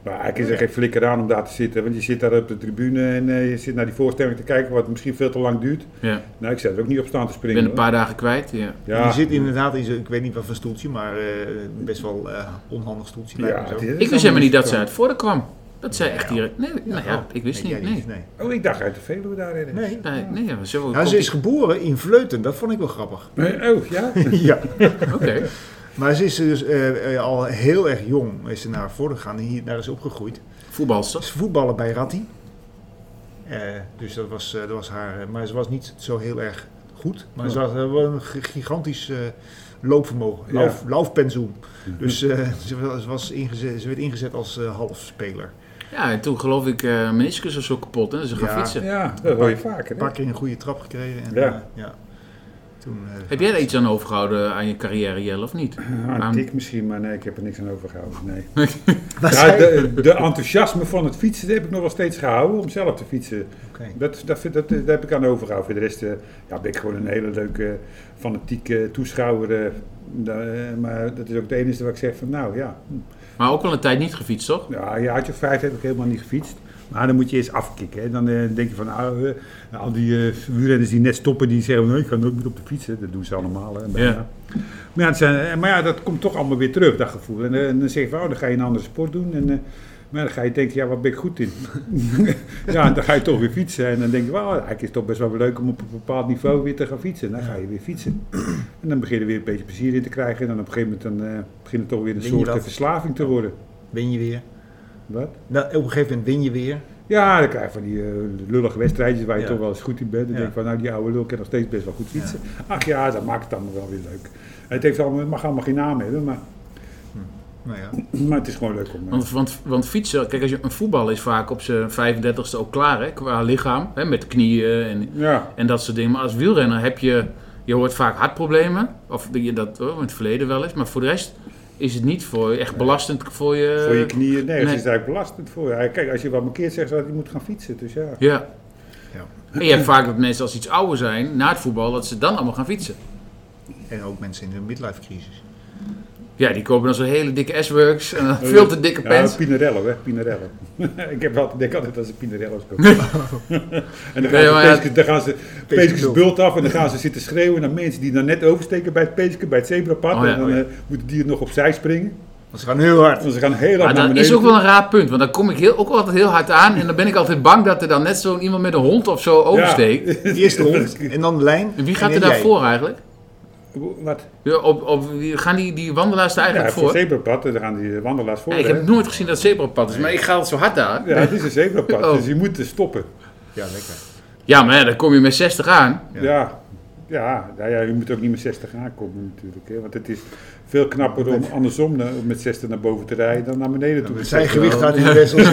Maar, Maar ik is er geen flikker aan om daar te zitten. Want je zit daar op de tribune en eh, je zit naar die voorstelling te kijken, wat misschien veel te lang duurt.
Ja.
Nou, ik zou er ook niet op staan te
Ik
springen.
ben een
hoor.
paar dagen kwijt. Ja.
Ja,
Je zit inderdaad in zo'n, ik weet niet wat voor stoeltje, maar eh, best wel eh, onhandig stoeltje. lijkt me
ja,
zo.
het is-
Ik wist helemaal niet dat ze uit Vorden kwam. Dat zei echt direct. Nee,
Ja,
nou ja,
oh,
ik wist
nee,
niet.
jij
Nee.
nee.
Oh, ik dacht uit de Veluwe daar ergens.
Nee.
Nee, nee, ja, zo
Ja,
komt
ze is
die-
geboren in Vleuten, dat vond ik wel grappig.
Eh, Oh, ja?
ja.
Oké.
Maar ze is dus eh, eh, al heel erg jong is ze naar voren gegaan en hier, daar is ze opgegroeid.
Voetbalsters.
Ze voetballen bij Ratti. Eh, dus dat was, eh, dat was haar. eh, maar ze was niet zo heel erg goed. Maar ze had eh, wel een gi- gigantisch eh, loopvermogen.
Ja. Mhm.
Lauf, laufpenzoen. Dus eh, ze, was, ze was ingezet, ze werd ingezet als eh, halfspeler.
Ja, en toen geloof ik eh meniscus of zo kapot. Hè? Dus ze gaan
Ja.
fietsen.
Ja, dat hoor je vaker.
Een
hè?
paar keer een goede trap gekregen. En,
Ja.
eh, ja. Toen, eh,
Heb jij er iets aan overgehouden aan je carrière, Jelle, of niet?
Ah,
Waarom-
dik misschien, maar nee, ik heb er niks aan overgehouden. Nee.
Waar
Ja,
zijn-
de, de enthousiasme van het fietsen dat heb ik nog wel steeds gehouden om zelf te fietsen.
Oké.
Dat, dat, vind- dat, dat heb ik aan overgehouden. Voor de rest eh, ja, ben ik gewoon een hele leuke, fanatieke toeschouwer. eh, da- eh, maar dat is ook het enige waar ik zeg van nou ja.
Maar ook al een tijd niet gefietst, toch?
Ja, een jaartje of vijf heb ik helemaal niet gefietst. Maar dan moet je eens afkicken. Hè. Dan eh, denk je van, nou, eh, al die eh wielrenners die net stoppen, die zeggen, nee, ik ga nooit meer op de fiets. Hè. Dat doen ze allemaal. Hè, bijna.
Ja.
Maar, ja, het zijn, eh, maar ja, dat komt toch allemaal weer terug, dat gevoel. En, eh, en dan zeg je van, oh, dan ga je een andere sport doen. En, eh, maar dan ga je denken, ja, wat ben ik goed in? ja, en dan ga je toch weer fietsen. En dan denk je, wauw, eigenlijk is het toch best wel weer leuk om op een bepaald niveau weer te gaan fietsen. En dan ga je weer fietsen. En dan begin je er weer een beetje plezier in te krijgen. En dan op een gegeven moment dan, eh, begint het toch weer een
Win je
soort
dat?
eh, verslaving te worden.
Win je weer.
Wat?
Nou, op een gegeven moment win je weer.
Ja, dan krijg je van die eh, lullige wedstrijdjes waar je
Ja.
toch wel eens goed in bent. Dan
Ja.
denk je van, nou die oude lul kan nog steeds best wel goed fietsen. Ach ja, dat maakt het allemaal wel weer leuk. Het, heeft allemaal, het mag allemaal geen naam hebben, maar,
Nou ja.
maar het is gewoon leuk om... eh,
Want, want, want fietsen, kijk, als je, een voetballer is vaak op zijn 35ste ook klaar, hè, qua lichaam. Hè, met knieën en,
ja,
en dat soort dingen. Maar als wielrenner heb je, je hoort vaak hartproblemen. Of je dat hoor, in het verleden wel eens. Maar voor de rest is het niet voor je, echt belastend voor je...
voor je knieën, nee, het is
Eh, nee.
eigenlijk belastend voor je. Kijk, als je wat markeert, zegt ze dat je moet gaan fietsen, dus ja.
Ja.
Ja.
En je hebt vaak dat mensen als ze iets ouder zijn, na het voetbal, dat ze dan allemaal gaan fietsen.
En ook mensen in de midlife crisis.
Ja, die kopen dan zo'n hele dikke S-Works, en een veel te dikke
Oh, Eh, Ja,
pants.
Pinarello, hè, Pinarello. ik heb altijd, denk altijd dat ze Pinarello's kopen. en dan gaan,
Nee, maar ja,
ze, Peeskes- dan gaan ze Peeskes bult af en dan gaan ze zitten schreeuwen naar mensen die dan net oversteken bij het Peeske, bij het zebrapad.
Oh ja,
en dan
oh ja.
eh, moeten die er nog opzij springen.
Want ze gaan heel hard.
Want ze gaan heel
Maar
hard naar
dat
beneden.
is ook wel een raar punt, want dan kom ik heel, ook altijd heel hard aan en dan ben ik altijd bang dat er dan net zo'n iemand met een hond of zo oversteekt.
Eerst de hond en dan de lijn.
En wie
en
gaat er
dan
daar
jij.
voor eigenlijk?
Wat?
Ja, Op, op, wie- gaan die, die wandelaars daar
Ja,
eigenlijk
voor
voor?
zebrapad, daar gaan die wandelaars voor.
Ja, ik
hè?
heb nooit gezien dat zebrapad is, maar ik ga altijd zo hard aan.
Ja, het is een zebrapad,
Oh.
dus je moet er stoppen.
Ja, lekker.
Ja, maar ja, dan kom je met 60 aan.
Ja. Ja. nou ja, je moet ook niet met 60 aankomen natuurlijk. Hè? Want het is veel knapper om andersom eh, met 60 naar boven te rijden dan naar beneden toe te
Zijn
zetten.
gewicht gaat in de rest van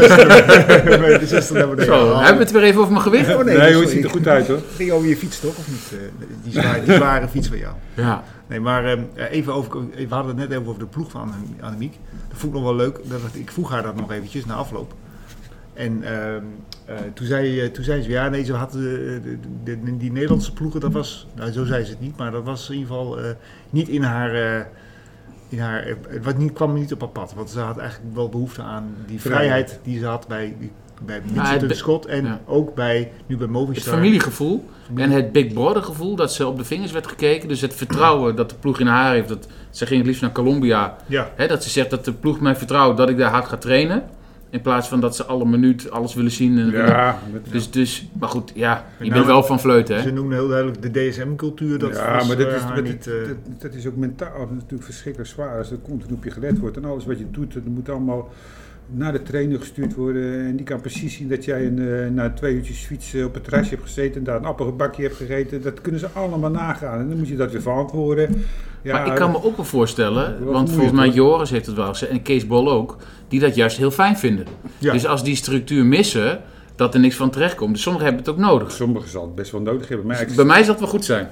de 60 naar beneden.
Zo, hebben we het weer even over mijn gewicht?
Oh, nee,
Nee, hoor,
sorry.
het ziet er goed uit hoor.
Het ging over je fiets toch, of niet? Eh, Die zware, die zware fiets van jou.
Ja.
Nee, maar eh, even over, we hadden het net even over de ploeg van Annemiek. Dat vond ik nog wel leuk. Dat, het- ik vroeg haar dat nog eventjes na afloop. En ehm, eh, toen, zei, eh, toen zei ze, ja nee, ze hadden eh, de, de- de- die Nederlandse ploegen, dat was, nou zo zei ze het niet, maar dat was in ieder geval eh, niet in haar, eh, in haar eh, het wat niet, kwam niet op haar pad. Want ze had eigenlijk wel behoefte aan die
Vrijheid.
vrijheid die ze had bij, bij
Ja,
Mitchelton
het-
Scott en
ja.
ook bij, nu bij
Het
Movistar.
familiegevoel en het Big Brother gevoel dat ze op de vingers werd gekeken. Dus het vertrouwen dat de ploeg in haar heeft. Dat, ze ging het liefst naar Colombia.
Ja.
Hè, dat ze zegt dat de ploeg mij vertrouwt dat ik daar hard ga trainen. In plaats van dat ze alle minuut alles willen zien. En
Ja, met-
Dus, dus, maar goed, ja, je
nou,
bent wel van fleuten, hè?
Ze noemde heel duidelijk de DSM-cultuur. Dat
ja,
was,
maar dat
eh,
is,
haar
dat,
niet, eh,
dat, dat is ook mentaal natuurlijk verschrikkelijk zwaar. Als er continu op je gelet wordt en alles wat je doet, dat moet allemaal naar de trainer gestuurd worden. En die kan precies zien dat jij een, eh, na twee uurtjes fietsen op het terrasje hebt gezeten en daar een appelgebakje hebt gegeten. Dat kunnen ze allemaal nagaan. En dan moet je dat weer verantwoorden. Ja,
maar ik kan me ook wel voorstellen,
wel
want volgens
moeilijk,
mij
hoor.
Joris heeft het wel gezegd en Kees Bol ook, die dat juist heel fijn vinden.
Ja.
Dus als die structuur missen, dat er niks van terecht komt. Dus sommigen hebben het ook nodig.
Sommigen zal het best wel nodig hebben. Maar ik,
Bij mij zal het wel goed zijn.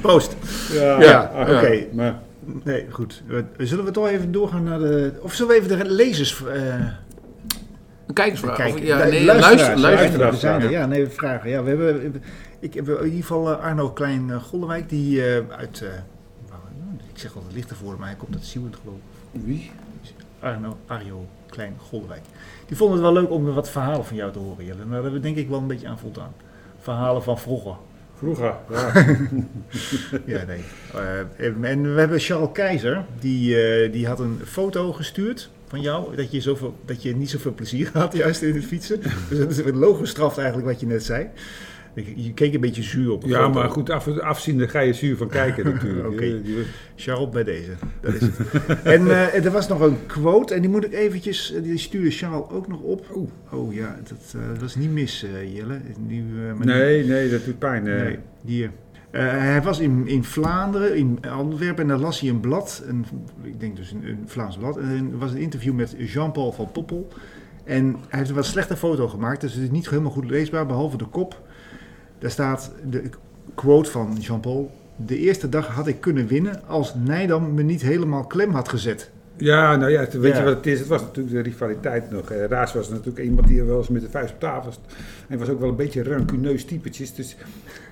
Proost.
ja,
Ja,
ah,
oké.
Maar,
Nee, goed. We- Zullen we toch even doorgaan naar de... Of zullen we even de lezers... eh
Een kijkersvraag.
Kijken.
Of- ja,
Nee,
nee,
luisteraars,
luister, luister.
luisteraars.
we zijn er. Ja, nee, we vragen. Ja, we hebben... Ik heb in ieder geval eh, Arno Klein-Gollewijk, die eh, uit... eh, waar- Ik zeg altijd lichter voor, maar hij komt uit Zieuwent geloof ik.
Wie?
Arno, Arjo Klein Golwijk. Die vonden het wel leuk om wat verhalen van jou te horen, Jelle. Nou, daar hebben we denk ik wel een beetje aan voldaan. Verhalen van vroeger.
Vroeger, ja.
Ja, nee. Eh, en we hebben Charles Keizer, die, eh, die had een foto gestuurd van jou, dat je, zoveel, dat je niet zoveel plezier had juist in het fietsen. Dus dat is een logenstraft eigenlijk wat je net zei. Ik- Je keek een beetje zuur op. een
ja,
foto.
maar goed, af, afzien daar ga je zuur van kijken natuurlijk.
Oké.
Eh, die-
Charles bij deze, dat is het. en eh, en er was nog een quote en die moet ik eventjes, eh, die stuurde Charles ook nog op.
Oeh.
Oh ja, dat, eh, dat is niet mis, eh, Jelle. Nu, eh, maar
Nee, nee, dat doet pijn. eh.
Nee, hier. Eh, hij was in, in Vlaanderen, in Antwerpen, en daar las hij een blad, een, ik denk dus een, een Vlaams blad. En er was een interview met Jean-Paul van Poppel. En hij heeft een wat slechte foto gemaakt, dus het is niet helemaal goed leesbaar, behalve de kop. Daar staat de quote van Jean-Paul. De eerste dag had ik kunnen winnen als Nijdam me niet helemaal klem had gezet.
Ja, nou ja, het- weet
Ja.
je wat het is? Het was natuurlijk de rivaliteit nog. Eh, Raas was natuurlijk iemand die wel eens met de vuist op tafel was. Hij was ook wel een beetje een rancuneus typetjes. Dus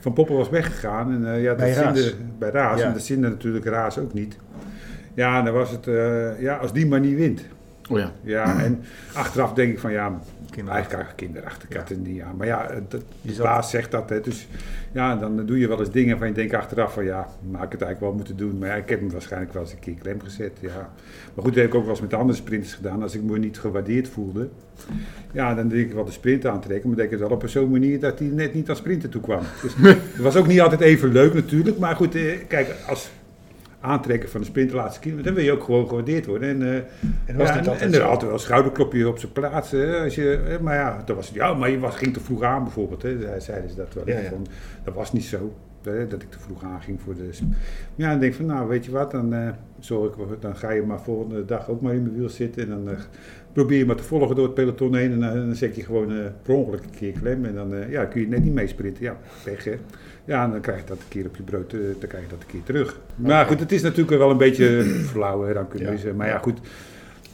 Van Poppel was weggegaan. En, eh, ja, dat
Bij Raas.
zinde- Bij Raas.
Ja.
En dat zinde natuurlijk Raas ook niet. Ja, en dan was het... eh, ja, als die maar niet wint.
Oh ja.
Ja, en achteraf denk ik van ja,
Kinderen.
eigenlijk kinderachtig, ik had het niet aan. Maar ja, eh, dat, de
zat-
baas zegt dat. Hè, dus ja, dan doe je wel eens dingen van je denkt achteraf van ja, maar ik het eigenlijk wel moeten doen. Maar ja, ik heb hem waarschijnlijk wel eens een keer klem gezet. Ja. Maar goed, dat heb ik ook wel eens met andere sprinters gedaan. Als ik me niet gewaardeerd voelde, ja, dan denk ik wel de sprint aantrekken. Maar denk ik het wel op een zo'n manier dat hij net niet aan sprinten toe kwam. Dus het was ook niet altijd even leuk natuurlijk. Maar goed, eh, kijk, als aantrekken van de sprint de laatste kilometer, dan wil je ook gewoon gewaardeerd worden. En, eh,
En dat was
ja,
niet
en,
altijd
en er
zo.
altijd wel een schouderklopje op zijn plaats. Hè, als je, hè, maar ja, dan was het, ja, maar je was, ging te vroeg aan bijvoorbeeld. Hè, Ze- zeiden ze dat wel.
Ja, ja.
Van, dat was niet zo. Hè, dat ik te vroeg aan ging voor de. sp- Maar ja, dan denk ik van, nou weet je wat, dan, eh, zorg ik, wel- dan ga je maar volgende dag ook maar in mijn wiel zitten. En dan eh, probeer je maar te volgen door het peloton heen. En dan, dan zet je gewoon eh per ongeluk een keer klem. En dan eh, ja, kun je net niet meesprinten. Ja, pech hè. Ja, en dan krijg je dat een keer op je brood, eh, dan krijg je dat een keer terug. Maar goed, het is natuurlijk wel een beetje eh, flauw, hè, dan kun je
Ja.
zeggen. Maar ja, goed,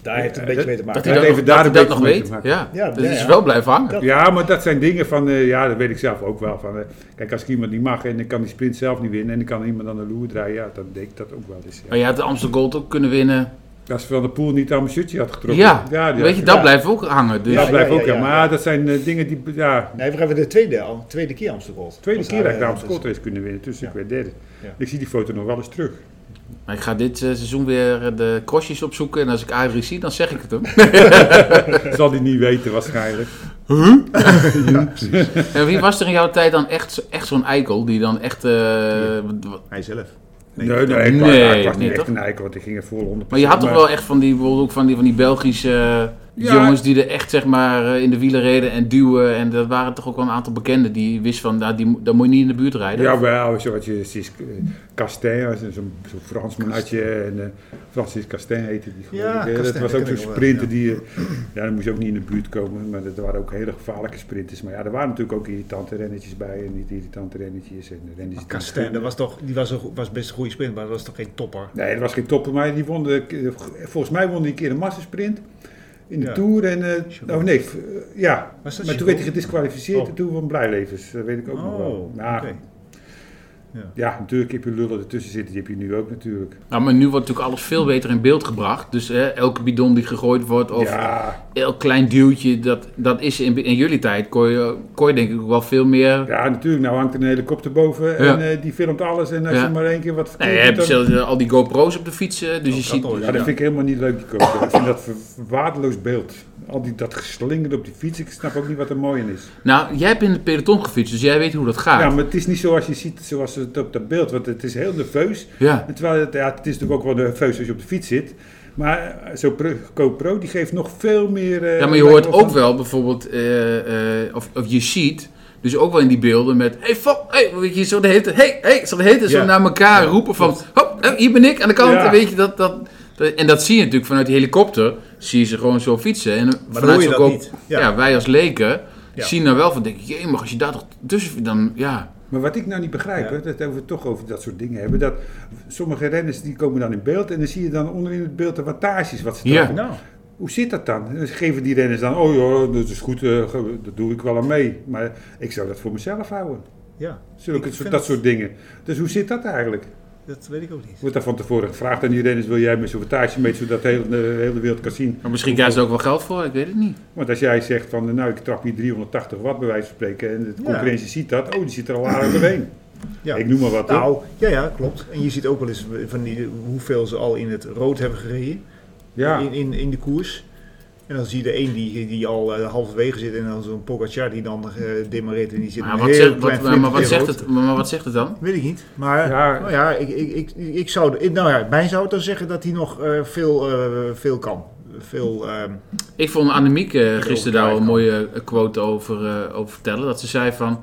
Daar heeft het
Eh,
een beetje mee te
Dat
maken.
hij dat,
even
nog,
daar
dat,
een
hij dat
beetje
nog
mee te
weet.
maken.
Ja.
Ja,
dat
ja,
is
ja.
wel blijven hangen.
Ja, maar dat zijn dingen van, eh, ja, dat weet ik zelf ook wel. Van, eh, kijk, als ik iemand niet mag en ik kan die sprint zelf niet winnen en ik kan iemand aan de loer draaien, ja, dan denk ik dat ook wel eens. Ja.
Maar je had de Amsterdam Gold ook kunnen winnen.
Als Van der Poel niet aan mijn shirtje had getrokken.
Ja,
die
weet
had-
je, dat
ja,
blijft ook hangen. Dus.
dat blijft
ja,
ook, ja.
ja,
Maar
ja.
dat zijn eh, dingen die, ja,
Nee, we hebben de tweede, tweede keer Amsterdam.
tweede
Was
keer dat ik
eh,
de Amsterdam race kunnen winnen, dus ik werd derde.
Ja.
Ik zie die foto nog wel eens terug.
Maar ik ga dit eh, seizoen weer eh, de crossjes opzoeken. En als ik Adrie zie, dan zeg ik het hem.
Zal die niet weten waarschijnlijk.
en wie was er in jouw tijd dan echt, echt zo'n eikel? Die dan echt... eh, wat-
Hij zelf.
Nee, nee, ik, was-
Nee,
ik was niet
niet,
echt
toch?
een eikel, want ik ging er vol 100%.
maar je had toch wel echt van die, bijvoorbeeld ook van die, van die Belgische eh,
Ja.
jongens... die er echt zeg maar eh, in de wielen reden en duwen. En dat waren toch ook wel een aantal bekenden die wisten van... Nou, die, mo- daar moet je niet in de buurt rijden.
Ja, wel, zo wat je Cis- eh, Castain, was een- zo'n zo'n Fransman had je, en eh, Francis Castain heette die geloof
Ja,
ik, hè. Dat
Castain,
was
dat
ook
ken
zo'n
ik wel, ja.
sprinter die, eh, ja, dan moest je ook niet in de buurt komen, maar dat waren ook hele gevaarlijke sprinters. Maar ja, er waren natuurlijk ook irritante rennetjes bij en niet irritante rennetjes en rennetjes die-
Kastijn, dat was toch, die was, een, was best een goede sprint, maar dat was toch geen topper?
Nee, dat was geen topper, maar die won de, eh, volgens mij won die een keer een massasprint in de
Ja.
Tour en, eh,
Chabot.
oh nee, f- eh, ja,
Was dat
maar
Chabot?
toen werd hij gedisqualificeerd
Oh.
en toen won Blijlevens, dat weet ik ook nog wel. Nou,
oké.
Maar ja, natuurlijk heb je lullen ertussen zitten, die heb je nu ook natuurlijk.
Nou, maar nu wordt natuurlijk alles veel beter in beeld gebracht. Dus hè, elke bidon die gegooid wordt of
ja,
elk klein duwtje, dat, dat is in, in jullie tijd. Kon je, kon je denk ik ook wel veel meer...
ja, natuurlijk. Nou hangt er een helikopter boven en
Ja.
eh, die filmt alles. En als
Ja.
je maar één keer wat verkeerd
Nee, je
doet,
hebt
dan-
zelfs, eh, al die GoPro's op de fietsen, dus je ziet...
al,
Ja, dat vind ik helemaal niet leuk, die coach. ik vind dat ver- ver- waardeloos beeld. Al die, dat geslingerd op die fiets, ik snap ook niet wat er mooi in is.
Nou, jij hebt in het peloton gefietst, dus jij weet hoe dat gaat.
Ja, maar het is niet zoals je ziet, zoals het op dat beeld. Want het is heel nerveus.
Ja.
En terwijl het, ja, het is natuurlijk ook wel nerveus als je op de fiets zit. Maar eh, zo'n pro- GoPro, die geeft nog veel meer... eh,
Ja, maar je hoort
van-
ook wel bijvoorbeeld, eh, eh, of, of je ziet, dus ook wel in die beelden met, hey, fuck, hey, weet je, zo de hele tijd, hey, hey, zo de hele tijd zo
Ja.
naar elkaar roepen van, hop, eh, hier ben ik aan de kant,
Ja.
en weet je, dat, dat, dat- en dat zie je natuurlijk vanuit die helikopter, zie je ze gewoon zo fietsen. En
dan
vanuit
hoor je
zo'n
dat
kop-
niet.
Ja.
Ja.
wij als leken
Ja.
zien daar wel van, denk ik, jee, maar als je daar toch tussen, dan, ja.
Maar wat ik nou niet begrijp,
Ja.
hè, dat we het toch over dat soort dingen hebben. Dat sommige renners die komen dan in beeld en dan zie je dan onderin het beeld de wattages wat ze
Ja.
trappen.
Nou,
Hoe zit dat dan? En Ze geven die renners dan, oh ja, dat is goed, eh, ge- dat doe ik wel aan mee. Maar ik zou dat voor mezelf houden.
ja.
Zulke,
Ik
soort-
vind
dat
het-
soort dingen. Dus hoe zit dat eigenlijk?
Dat weet ik ook niet.
Wordt daar van tevoren gevraagd aan die renners, wil jij met zo'n watage mee, zodat de hele, de hele wereld kan zien.
Maar misschien krijgen ze er ook wel geld voor, ik weet het niet.
Want als jij zegt van, nou ik trap hier 380 watt bij wijze van spreken en de
Ja.
concurrentie ziet dat, oh die zit er al aardig doorheen.
Ja.
Ik noem maar wat. hoor.
Nou, ja, ja, klopt. En je ziet ook wel eens van die, hoeveel ze al in het rood hebben gereden
ja.
in, in, in de koers. En dan zie je de een die, die al eh, halverwege zit en dan zo'n Pogacar die dan eh demareert en die zit
Maar
met
wat,
een heel
zegt,
klein
wat, maar, wat
flintje
zegt
rood.
het, maar wat zegt het dan?
Weet ik niet. Maar
Ja.
nou ja, ik, ik, ik, ik zou, ik- nou ja, mij zou het dan zeggen dat hij nog eh, veel, eh, veel kan. Veel, ehm,
Ik vond Annemiek eh, gisteren daar wel een
kan.
mooie eh, quote over, eh, over vertellen. Dat ze zei van,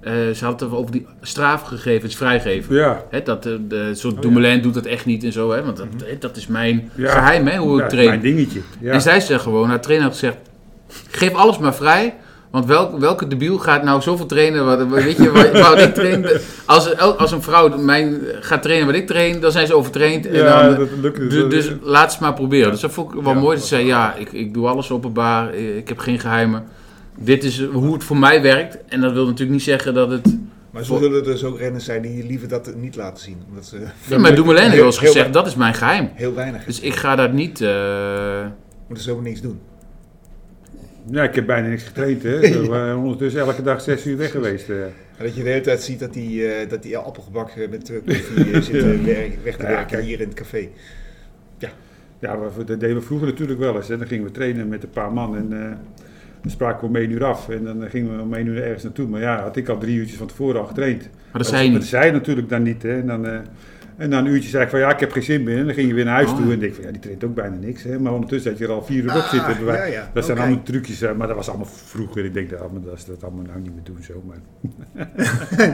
eh, ze had het over die strafgegevens vrijgeven.
Ja. Oh,
Hè, dat de, de soort Dumoulin doet dat echt niet en zo, hè? want dat, hè, dat is mijn
Mhm. Ja.
geheim, hè, hoe
Ja,
ik
dat is mijn
train.
dingetje. Ja.
En zij zei gewoon, haar trainer had gezegd, geef alles maar vrij, want welk, welke debiel gaat nou zoveel trainen, wat, weet je, wat, wat ik train. Als, als een vrouw mijn, gaat trainen wat ik train, dan zijn ze overtraind. En
Ja,
dan, eh,
dat lukt
Du-
dus. dat
dus
is-
laat ze maar proberen. Dus dat vond ik wel
Ja,
mooi.
dat
Dat ze zei, ja, ik, ik doe alles openbaar. eh, Ik heb geen geheimen. Dit is hoe het voor mij werkt. En dat wil natuurlijk niet zeggen dat het...
Maar zo zullen er dus ook renners zijn die liever dat niet laten zien. Omdat ze
Ja, maar Dumoulin heeft wel eens
heel- heel
gezegd, dat is mijn geheim.
heel weinig
Dus ik ga dat niet... eh,
moeten ze helemaal niks doen.
Ja, ik heb bijna niks getraind. Hè. Ik ben ondertussen elke dag zes uur weg geweest. eh.
En dat je de hele tijd ziet dat die, eh, dat die appelgebak eh, met eh, koffie eh, zit eh, wer- weg te
Ja,
werken
kijk.
hier in het café.
Ja, maar dat deden we vroeger natuurlijk wel eens. Hè. Dan gingen we trainen met een paar man en eh, dan spraken we om één uur af. En dan eh, gingen we om één uur ergens naartoe. Maar ja, had ik al drie uurtjes van tevoren al getraind.
maar dat zei
Maar
je
Oh, dat
niet.
zei je natuurlijk dan niet. Hè. En, dan, eh, en dan een uurtje zei ik van ja, ik heb geen zin meer. En dan ging je weer naar huis
Oh.
toe en denk van ja, die traint ook bijna niks. Hè. Maar ondertussen had je er al vier uur op zitten.
Ah,
bij wij-
ja, ja.
Dat zijn
Oké.
allemaal trucjes, hè, maar dat was allemaal vroeger. Ik denk, dat maar dat ze dat allemaal nou niet meer doen zo. Maar,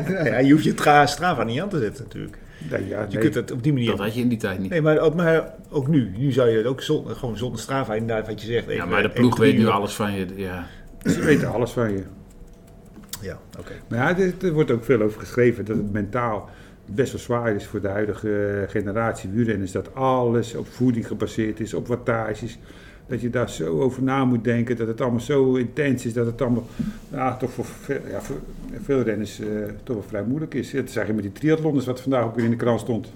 nou ja, je hoeft je tra- Strava niet aan te zetten natuurlijk.
nee, ja,
Je
nee.
kunt het op die manier...
Dat had je in die tijd niet.
Nee, maar ook, maar ook nu. Nu zou je het ook zonder, gewoon zonder Strava inderdaad wat je zegt.
Ja,
even-
maar de
even
ploeg
drie
weet nu
uur.
alles van je. Ja.
Ze weten alles van je.
Ja, oké.
Maar Nou ja, dit- er wordt ook veel over geschreven dat het mentaal best wel zwaar is voor de huidige eh, generatie wielrenners. Dat alles op voeding gebaseerd is, op wattages. Dat je daar zo over na moet denken, dat het allemaal zo intens is, dat het allemaal nou, toch voor veel, ja, voor veel renners eh, toch wel vrij moeilijk is. Dat zag je met die triathlons wat vandaag ook weer in de krant stond.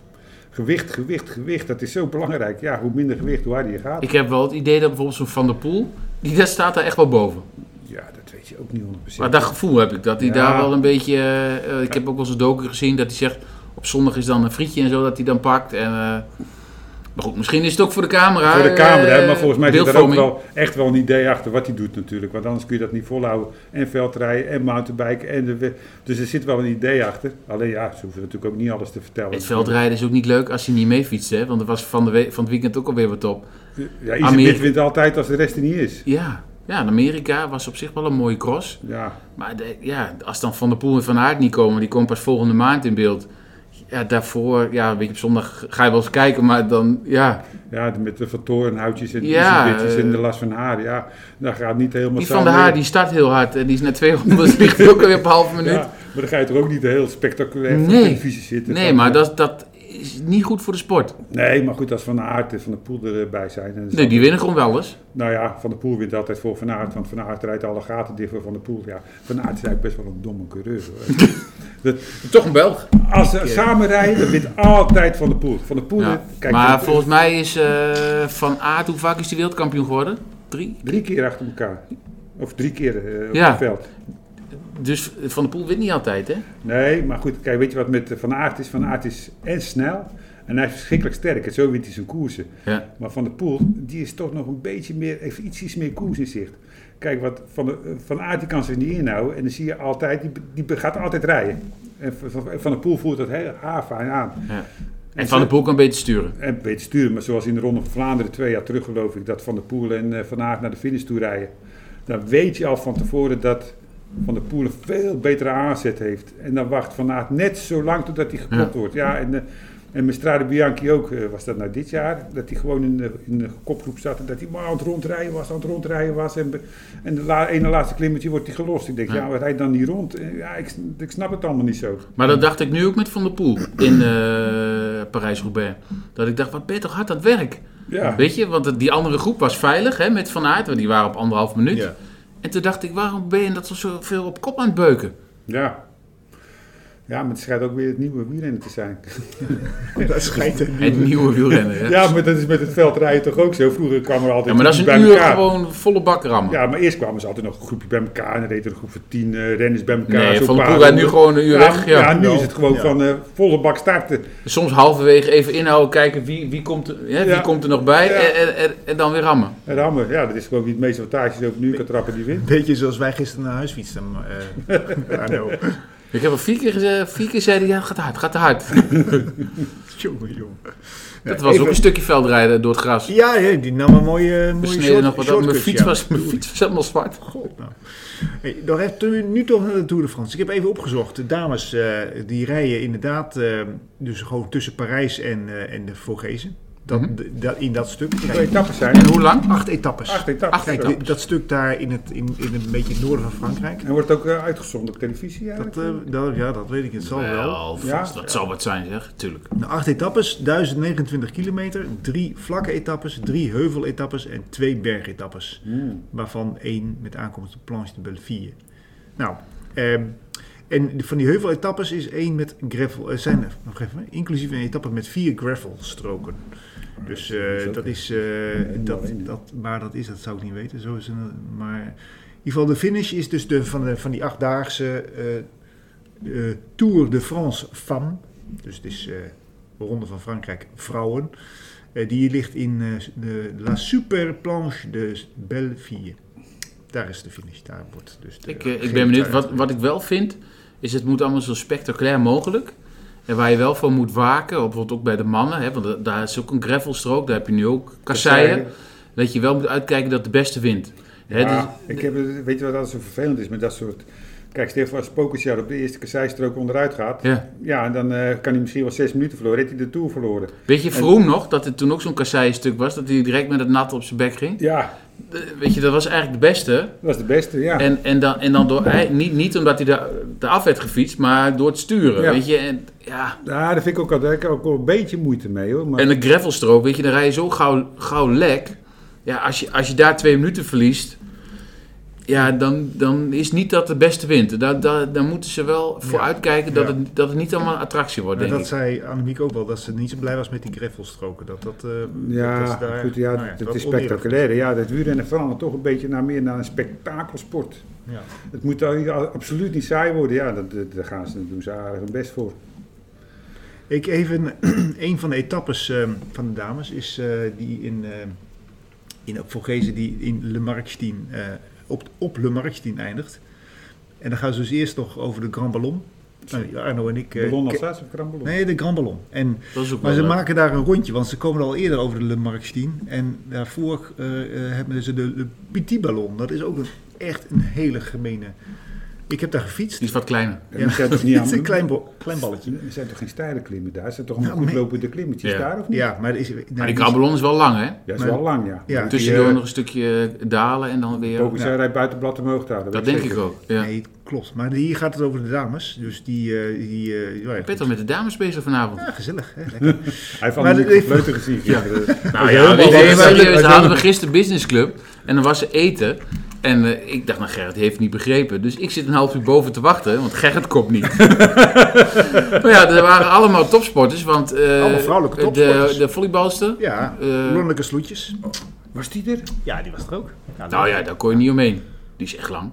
Gewicht, gewicht, gewicht, dat is zo belangrijk. Ja, hoe minder gewicht, hoe harder je gaat.
Ik heb wel het idee dat bijvoorbeeld zo'n Van der Poel... Die dat staat daar echt wel boven.
Ja, dat weet je ook niet 100%.
Maar dat gevoel heb ik, dat hij
Ja.
daar wel een beetje... eh, eh, ik heb ook wel eens een docu gezien dat hij zegt... op zondag is dan een frietje en zo dat hij dan pakt. En, eh, maar goed, misschien is het ook voor de camera.
Voor de camera,
eh,
maar volgens mij zit er ook
beeldvorming.
wel echt wel een idee achter wat hij doet natuurlijk. Want anders kun je dat niet volhouden. En veldrijden en mountainbiken. En de, we- dus er zit wel een idee achter. Alleen ja, ze hoeven natuurlijk ook niet alles te vertellen.
Het veldrijden is ook niet leuk als je niet mee fietst, hè? Want er was van, de we- van het weekend ook alweer wat op.
Ja, Izabeth
Amerika-
wint altijd als de rest er niet is.
Ja, ja in Amerika was op zich wel een mooie cross.
Ja,
Maar de- ja, als dan Van der Poel en Van Aert niet komen... die komen pas volgende maand in beeld... Ja, daarvoor, ja, weet je, op zondag ga je wel eens kijken, maar dan, ja.
ja met de vertorenhoutjes en de
Ja,
Izabetjes en
eh.
de Las van Haar. Ja, daar gaat niet helemaal
Die van
samen
de Haar,
in.
die start heel hard en die is net 200, ligt ook alweer op een half minuut.
Ja, maar dan ga je toch ook niet heel spectaculair voor
Nee.
de televisie zitten.
Nee,
Van- eh,
maar dat, dat is niet goed voor de sport.
Nee, maar goed, als Van Aert en Van de Poel erbij zijn... dan is
Nee, die winnen gewoon wel eens.
Nou ja, Van der Poel wint altijd voor Van Aert, want Van Aert rijdt alle gaten dicht voor Van der Poel. Ja, Van Aert is eigenlijk best wel een domme coureur. hoor. Dat-
Toch een Belg.
als ze samen rijden, dan wint altijd Van der Poel. Van der Poel, eh, kijk, Van
maar
der Poel
volgens mij is eh, Van Aert, hoe vaak is die wereldkampioen geworden? Drie.
drie keer achter elkaar. Of drie keer eh, op
Ja.
het veld.
Dus Van der Poel wint niet altijd, hè?
Nee, maar goed, kijk, weet je wat met eh, Van Aert is? Van Aert is en snel en hij is verschrikkelijk sterk. En zo wint hij zijn koersen.
Ja.
Maar Van der Poel, die is toch nog een beetje meer, heeft iets, iets meer koers in zicht. Kijk, wat van, de, van Aert die kan zich niet inhouden. En dan zie je altijd, die, die gaat altijd rijden. En Van- van, van der Poel voert dat heel haarfijn aan.
En Van der Poel kan beter sturen.
En weet sturen, maar zoals in de Ronde van Vlaanderen twee jaar terug geloof ik, dat Van der Poel en eh, Van Aert naar de finish toe rijden. Dan weet je al van tevoren dat Van der Poel een veel betere aanzet heeft. En dan wacht Van Aert net zo lang totdat hij geklopt wordt. Ja, en, eh, en Mestrade Bianchi ook, eh, was dat nou dit jaar, dat hij gewoon in de, in de kopgroep zat en dat hij maar aan het rondrijden was, aan het rondrijden was. En, be- en de la, ene laatste klimmetje wordt hij gelost. Ik denk, ja,
Ja.
wat rijdt dan niet rond? Eh, Ja, ik, ik snap het allemaal niet zo.
Maar dat dacht ik nu ook met Van der Poel in eh, Parijs-Roubaix. Dat ik dacht, wat ben je toch hard aan het werk?
Ja.
Weet je, want het- die andere groep was veilig hè, met Van Aert. want Die waren op anderhalf minuut.
Ja.
En toen dacht ik, waarom ben je dat zo- zoveel op kop aan het beuken?
Ja. Ja, maar het schijnt ook weer het nieuwe wielrennen te zijn.
Dat schijnt een
Het
nieuwe-
nieuwe wielrennen. Hè?
Ja, maar dat is met het veldrijden toch ook zo. Vroeger kwamen er altijd
Ja, maar dat is
bij
een uur
elkaar.
gewoon volle bak rammen.
Ja, maar eerst kwamen ze altijd nog een groepje bij elkaar. En dan reed er een groep van tien eh, renners bij elkaar.
nee,
zo'n
Van de
paar
Poel rijdt nu
honderd.
gewoon een uur weg. Ja.
nu is het gewoon
Ja.
van eh, volle bak starten.
Soms halverwege even inhouden, kijken wie, wie, komt, er- hè,
Ja.
wie komt er nog bij
Ja.
en, en, en, en dan weer rammen.
En rammen. Ja, dat is gewoon wie het meeste wattages ook nu kan trappen, die wint.
beetje zoals wij gisteren naar huis fietsten. eh Arno.
Ik heb al vier keer gezegd, vier keer zei hij, ja, het gaat hard, gaat te hard.
Jongen, jongen.
Dat
Ja,
was ook
even-
een stukje veldrijden door het gras.
Ja, ja, die nam een mooie, eh, mooie
Besneden
short,
nog wat aan. Mijn
shortcut,
fiets
ja.
was, mijn fiets was helemaal zwart.
God, nou. Hey, nog even, nu toch naar de Tour de France. Ik heb even opgezocht. De dames eh, die rijden inderdaad eh, dus gewoon tussen Parijs en, eh, en de Vogezen. Dat,
Mhm.
de- dat, in dat stuk.
Twee
Rijden
etappes zijn.
En hoe lang?
Acht etappes.
Acht etappes.
Acht
Ja.
etappes.
Dat stuk daar in het, in, in een beetje het noorden van Frankrijk.
En wordt het ook eh, uitgezonden op televisie
Dat,
eigenlijk?
eh, dat, ja, dat weet ik. Het zal wel.
Ja.
vast. Dat zal wat zijn, zeg. Tuurlijk.
Nou, Acht etappes, 1029 kilometer, drie vlakke etappes, drie heuveletappes en twee bergetappes.
Hmm.
Waarvan één met aankomst op Planche de Belleville. Nou, ehm, en van die heuveletappes is één met gravel, eh, zijn er, nog even, inclusief een etappe met vier gravelstroken. Dus eh,
is ook
dat
een-
is, eh,
helemaal
dat,
in, hè?
dat, waar dat is, dat zou ik niet weten. Zo is een, maar in ieder geval de finish is dus de, van, de, van die achtdaagse eh, eh, Tour de France Femme. Dus het is eh, de Ronde van Frankrijk Vrouwen. Eh, die ligt in eh, de La Super Planche de Belleville. Daar is de finish. Daar wordt dus de,
Ik, eh, ik ben benieuwd. Wat, wat ik wel vind, is het moet allemaal zo spectaculair mogelijk. En waar je wel voor moet waken, bijvoorbeeld ook bij de mannen. Hè, want da- daar is ook een gravelstrook, daar heb je nu ook kasseien. Dat je wel moet uitkijken dat de beste wint. Hè,
Ja,
dus-
ik heb, het- weet je wat altijd zo vervelend is met dat soort... Kijk, stel je voor als Spokersjaar op de eerste kasseistrook onderuit gaat.
ja.
Ja, en dan eh, kan hij misschien wel zes minuten verloren. Heeft hij de Tour verloren.
Weet je, Vroom nog, dat het toen ook zo'n kasseienstuk was, dat hij direct met het nat op zijn bek ging.
Ja,
Eh, Weet je, dat was eigenlijk de beste.
dat was de beste, ja.
En, en, dan, en dan door, hij- niet, niet omdat hij daar daar af werd gefietst, maar door het sturen,
Ja.
weet je. En, ja.
Ja, Nou, daar vind ik ook altijd daar heb ik ook wel een beetje moeite mee hoor. Maar
en een gravelstrook, weet je, dan rij je zo gauw, gauw lek. Ja, als je, als je daar twee minuten verliest, ja, dan, dan is niet dat de beste wint. Daar, daar, daar moeten ze wel voor
Ja.
uitkijken dat,
Ja.
het, dat het niet allemaal een attractie wordt,
Maar
denk
Nou, dat
ik.
zei Annemiek ook wel, dat ze niet zo blij was met die greffelstroken. Dat, dat, eh, dat
ja,
ze daar-
goed, ja,
nou
dat
wat
is
oneerlijk.
spectaculair. Ja, dat wielrennen verandert toch een beetje naar meer naar een spektakelsport.
Ja.
Het moet dan niet- absoluut niet saai worden. Ja, dat- dat- daar gaan ze, daar doen ze aardig hun best voor.
Ik even, een van de etappes ehm, van de dames is eh, die in, ehm in op Vogezen die in Le Marchstein, eh, op, op Le Marchstein eindigt. En dan gaan ze dus eerst nog over de Grand Ballon. Nou, Arno en ik... eh,
Ballon
ke-
Alsace of kramballon?
Nee, de Grand Ballon. En
Dat is ook
Maar
wel
ze
leuk.
maken daar een rondje, want ze komen al eerder over de Le Marchstein. En daarvoor eh, eh, hebben ze de, de Petit Ballon. Dat is ook een, echt een hele gemene. Ik heb daar gefietst.
Die is wat kleiner.
Ja, die zijn toch niet
het is
aan-
een klein, bo- klein balletje.
Er zijn toch geen steile klimmen daar? Er zijn toch
Nou,
allemaal
nee.
goedlopende klimmetjes
Ja.
daar of niet?
Ja, maar er is. nou,
Maar die
die is-
grabbelon is wel lang, hè?
Ja, is
Maar-
wel lang, ja.
ja.
Tussendoor
Die, eh,
nog een stukje dalen en dan weer...
Pokus, hij rijdt buitenblad omhoog daar.
Dat
weet
denk ik
zeker.
ook, ja.
Nee, klopt. Maar hier gaat het over de dames. Dus die. eh, die eh, ja,
Ik ben toch met de dames bezig vanavond?
ja, gezellig. Hè? Lekker.
Hij heeft al
Maar
een
dit-
kleuter gezien gisteren.
Nou
ja,
ja,
maar
weet je,
wel
we
leuk.
hadden- we
Wel
hadden we
leuk.
gisteren Business Club en dan was er eten. En eh, ik dacht, nou Gerrit heeft het niet begrepen. Dus ik zit een half uur boven te wachten, want Gerrit komt niet. maar ja, er waren allemaal topsporters, want... eh,
Allemaal vrouwelijke topsporters.
De, de volleybalster.
Ja,
eh,
lonnelijke sloetjes.
Was die er?
Ja, die was er ook.
nou ja, daar kon je niet omheen. Die is echt lang.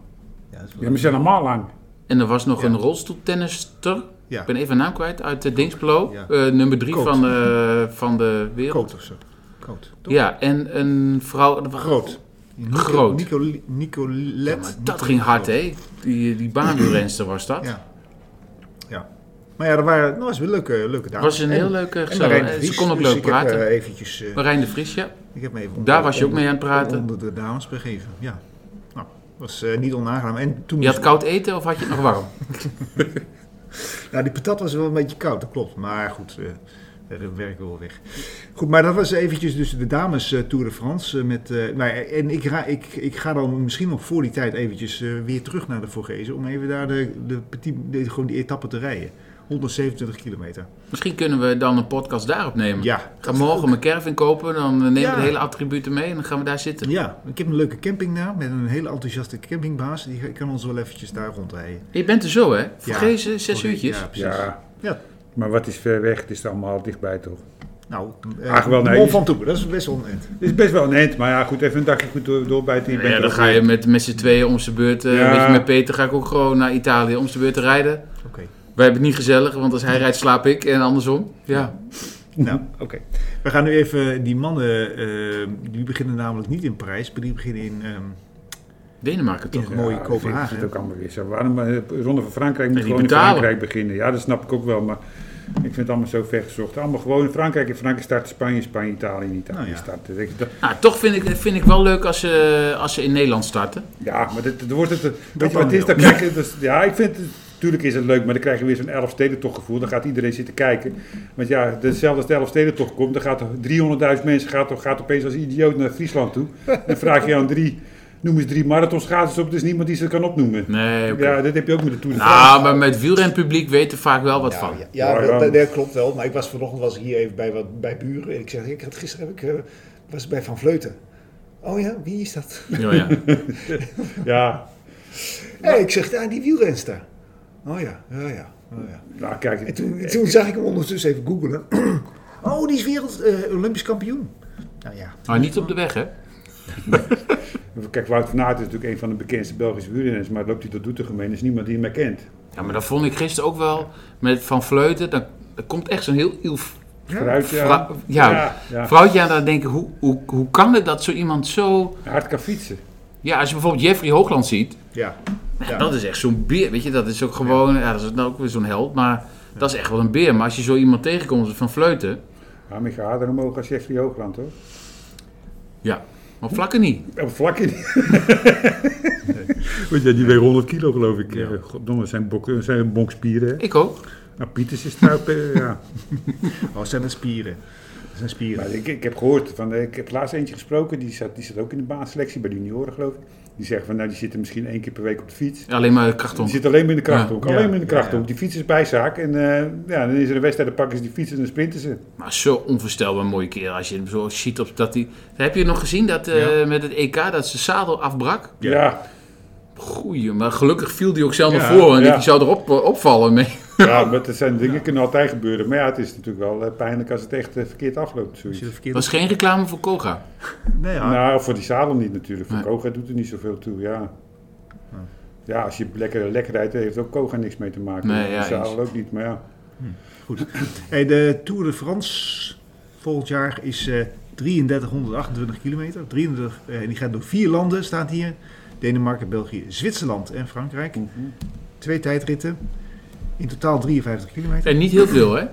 Ja, dat is wel-
Ja, maar ze zijn allemaal lang.
En er was nog een rolstoeltennister.
Ja.
Ik ben even haar naam kwijt, uit eh, Dingsbelo.
Ja.
eh, nummer drie
Koot.
van de, van de wereld.
Koot of zo. Koot. toch?
Ja, en een vrouw...
Groot. Nico-
Groot.
Nico, Nicolet.
Ja, maar dat ging hard, hè? Die, die baanwielrenster was dat.
Ja. ja. Maar ja, dat, waren, dat was weer leuke, leuke
Het
dames.
was een heel
leuk
leuk eh,
en
gezellig.
Marijn
eh,
de
Ze
Vries.
kon ook
Dus
leuk
ik
praten.
Heb, eh, eventjes, eh,
Marijn de Vries, ja.
ik heb me even
Daar was je ook mee aan het praten.
Onder de dames begeven, ja. Nou, was eh, niet onaangenaam. En toen dus
Je had
moest-
koud eten of had je het nog warm?
Nou, die patat was wel een beetje koud, dat klopt. Maar goed, eh dat werken we wel weg. Goed, maar dat was eventjes dus de dames eh, Tour de France. eh, met, eh, nou, en ik, ra- ik, ik ga dan misschien nog voor die tijd eventjes eh, weer terug naar de Vorgezen. Om even daar de, de, petit, de- gewoon die etappe te rijden. 127 kilometer.
Misschien kunnen we dan een podcast daarop nemen.
Ja,
Ga morgen mijn caravan kopen, dan nemen
Ja.
we de hele attributen mee en dan gaan we daar zitten.
ja, ik heb een leuke campingnaam met een hele enthousiaste campingbaas. Die kan ons wel eventjes daar rondrijden.
Je bent er zo, hè? Vergezen, zes
Voor-
uurtjes.
Ja, precies.
Ja.
Ja.
Maar wat is ver weg? Het is allemaal dichtbij toch?
Nou,
Ach, wel,
wel,
nee.
nee. van toe, dat is best wel een eind.
Het is best wel een eind, maar ja, goed, even een dagje goed door, doorbijten.
Ja, dan ga je met, met z'n tweeën om zijn beurt. eh,
Ja.
Weet je, met Peter ga ik ook gewoon naar Italië om zijn beurt te rijden.
Oké.
Wij hebben het niet gezellig, want als hij rijdt slaap ik en andersom. Ja.
Nou,
Oké.
we gaan nu even die mannen, eh, die beginnen namelijk niet in Parijs, maar die beginnen in... ehm,
Denemarken toch?
Ja. Mooie
ik vind-
Kopenhagen,
ik vind het ook
hè?
allemaal weer zo. Waarom eh, Ronde van Frankrijk moet
En die
gewoon in
betalen.
Frankrijk beginnen? Ja, dat snap ik ook wel, maar ik vind het allemaal zo ver gezocht. Allemaal gewoon in Frankrijk. In Frankrijk start Spanje, Spanje, Italië, in Italië
Nou ja.
start. Ik denk dat-
Nou, toch vind ik, vind ik wel leuk als ze, als ze in Nederland starten.
Ja, maar dit, dit wordt het. eh, weet je
dan
wat het is?
wel.
Dan krijg je, dus, ja, ik vind het. Tuurlijk is het leuk, maar dan krijg je weer zo'n elfstedentocht gevoel. Dan gaat iedereen zitten kijken. Want ja, hetzelfde als de elfstedentocht komt, dan gaat er 300.000 mensen gaat, gaat opeens als idioot naar Friesland toe. Dan vraag je aan drie, noem eens drie marathonschaatsers op, er is niemand die ze kan opnoemen.
Nee, oké.
Ja, dat heb je ook met de Tour de France.
Nou, maar met wielrenpubliek weten vaak wel wat van.
Ja,
Ja,
dat,
ja.
dat- dat klopt wel. Maar ik was vanochtend was ik hier even bij, wat, bij buren. En ik zeg, ik had gisteren heb ik, eh, was bij Van Vleuten. Oh ja, wie is dat?
Ja, ja.
Ja,
Hé, ik zeg, daar die wielrenster. Oh ja, ja, ja. Oh, ja.
nou kijk.
En toen, toen zag ik hem ondertussen even googelen. Oh, die is wereld, eh, Olympisch kampioen. Nou ja.
Maar niet op de weg, hè?
Kijk, Wout van Aert is natuurlijk een van de bekendste Belgische wielrenners, maar loopt hij tot Doetinchem heen, is niemand die hem herkent.
Ja, maar dat vond ik gisteren ook wel met Van Vleuten. Dan, er komt echt zo'n heel iel v-
Vooruit, ja.
vrou- ja, vrouwtje aan. Dan denk ik, hoe, hoe, hoe kan het dat zo iemand zo...
Hard kan fietsen.
Ja, als je bijvoorbeeld Jeffrey Hoogland ziet.
ja,
Ja, dat is echt zo'n beer, weet je. Dat is ook gewoon... Ja, dat is nou ook weer zo'n held. Maar dat is echt wel een beer. Maar als je zo iemand tegenkomt als Van Vleuten...
Ja, maar je gaat harder omhoog als Jeffrey Hoogland, hoor.
Ja, op vlakken niet.
Op vlak in. Want ja, die weegt 100 kilo, geloof ik. Ja. Goddomme, zijn, bok, zijn bonkspieren. hè.
Ik ook.
Nou, Pieters is trouw, eh, ja.
oh, het zijn dat spieren. Dat zijn spieren.
Maar ik, ik heb gehoord, van, eh, ik heb laatst eentje gesproken, die zat, die zat ook in de baanselectie bij de junioren, geloof ik. Die zeggen van, nou, die zitten misschien één keer per week op de fiets.
Ja, alleen maar krachton.
Die zitten alleen maar in de krachthoek,
Ja.
alleen
Ja,
maar in de
ja, ja.
krachthoek. Die fiets is bijzaak en eh, ja, dan is er een wedstrijd, dan pakken ze die fiets en dan sprinten ze.
Maar zo onvoorstelbaar mooie keer als je hem zo ziet op dat die. Heb je nog gezien dat eh, met het EK dat zijn zadel afbrak?
Ja,
Ja.
ja.
Goeie, maar gelukkig viel die ook zelf naar
Ja,
voren en
ja.
die zou erop eh, opvallen mee.
maar dat zijn dingen, kunnen altijd gebeuren. Maar ja, het is natuurlijk wel eh, pijnlijk als het echt eh, verkeerd afloopt,
Als
zoiets.
je de verkeerde...
was geen reclame voor Koga.
Nee, ja.
Nou, voor die zadel niet natuurlijk. Voor
Nee.
Koga doet er niet zoveel toe, ja. Ja, als je lekker, lekker rijdt, heeft ook Koga niks mee te maken.
Nee,
De
ja,
zadel ook niet, maar ja.
Hey, de Tour de France volgend jaar is eh 3328 kilometer. 33, eh, en die gaat door vier landen, staat hier. Denemarken, België, Zwitserland en Frankrijk. Twee tijdritten. In totaal 53 kilometer.
En niet heel veel, hè?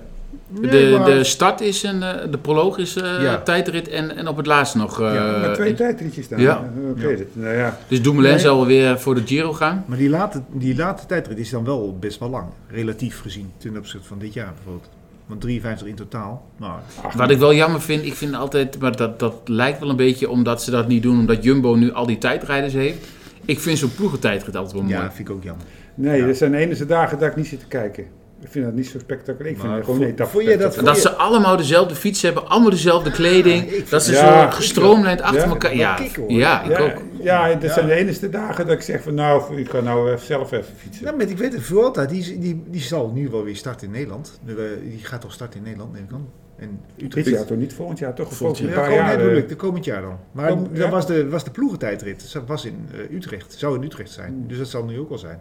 Nee,
De,
maar-
de start is een, eh, de proloog is eh
Ja.
tijdrit en, en op het laatst nog. eh,
ja maar twee
en-
tijdritjes dan.
ja.
Hoe is het? Nou ja,
dus Dumoulin
Nee.
zal wel weer voor de Giro gaan.
Maar die late, die late tijdrit is dan wel best wel lang, relatief gezien, ten opzichte van dit jaar bijvoorbeeld. Want 53 in totaal. Nou,
Wat ik wel jammer vind, ik vind altijd, maar dat, dat lijkt wel een beetje omdat ze dat niet doen, omdat Jumbo nu al die tijdrijders heeft. Ik vind zo'n ploegentijdrit altijd wel mooi.
ja, vind ik ook jammer.
nee,
Ja.
dat zijn de enige dagen dat ik niet zit te kijken. Ik vind dat niet zo spectaculair. Ik vind
Maar
het gewoon
vo-
een etappe.
vond je dat
Dat ze allemaal dezelfde fiets hebben, allemaal dezelfde kleding. dat ze
Ja,
zo gestroomlijnd achter
Ja,
elkaar. Ja,
kick, hoor.
ja, ik
ja,
ook.
ja, dat zijn de enige dagen dat ik zeg van nou, ik ga nou eh, zelf even fietsen.
Nou, met, ik weet het, Vuelta, die, die, die zal nu wel weer starten in Nederland. Nu, eh, Die gaat toch starten in Nederland, neem ik aan. En
Dit jaar toch niet, volgend jaar toch? Volgend
Ja,
een paar
komend,
jaar.
nee, bedoel
eh,
ik, de komend jaar dan. Maar
Kom- ja.
dat was de, was de ploegentijdrit. Dat was in eh, Utrecht. Zou in Utrecht
Hmm.
zijn. Dus dat zal nu ook wel zijn.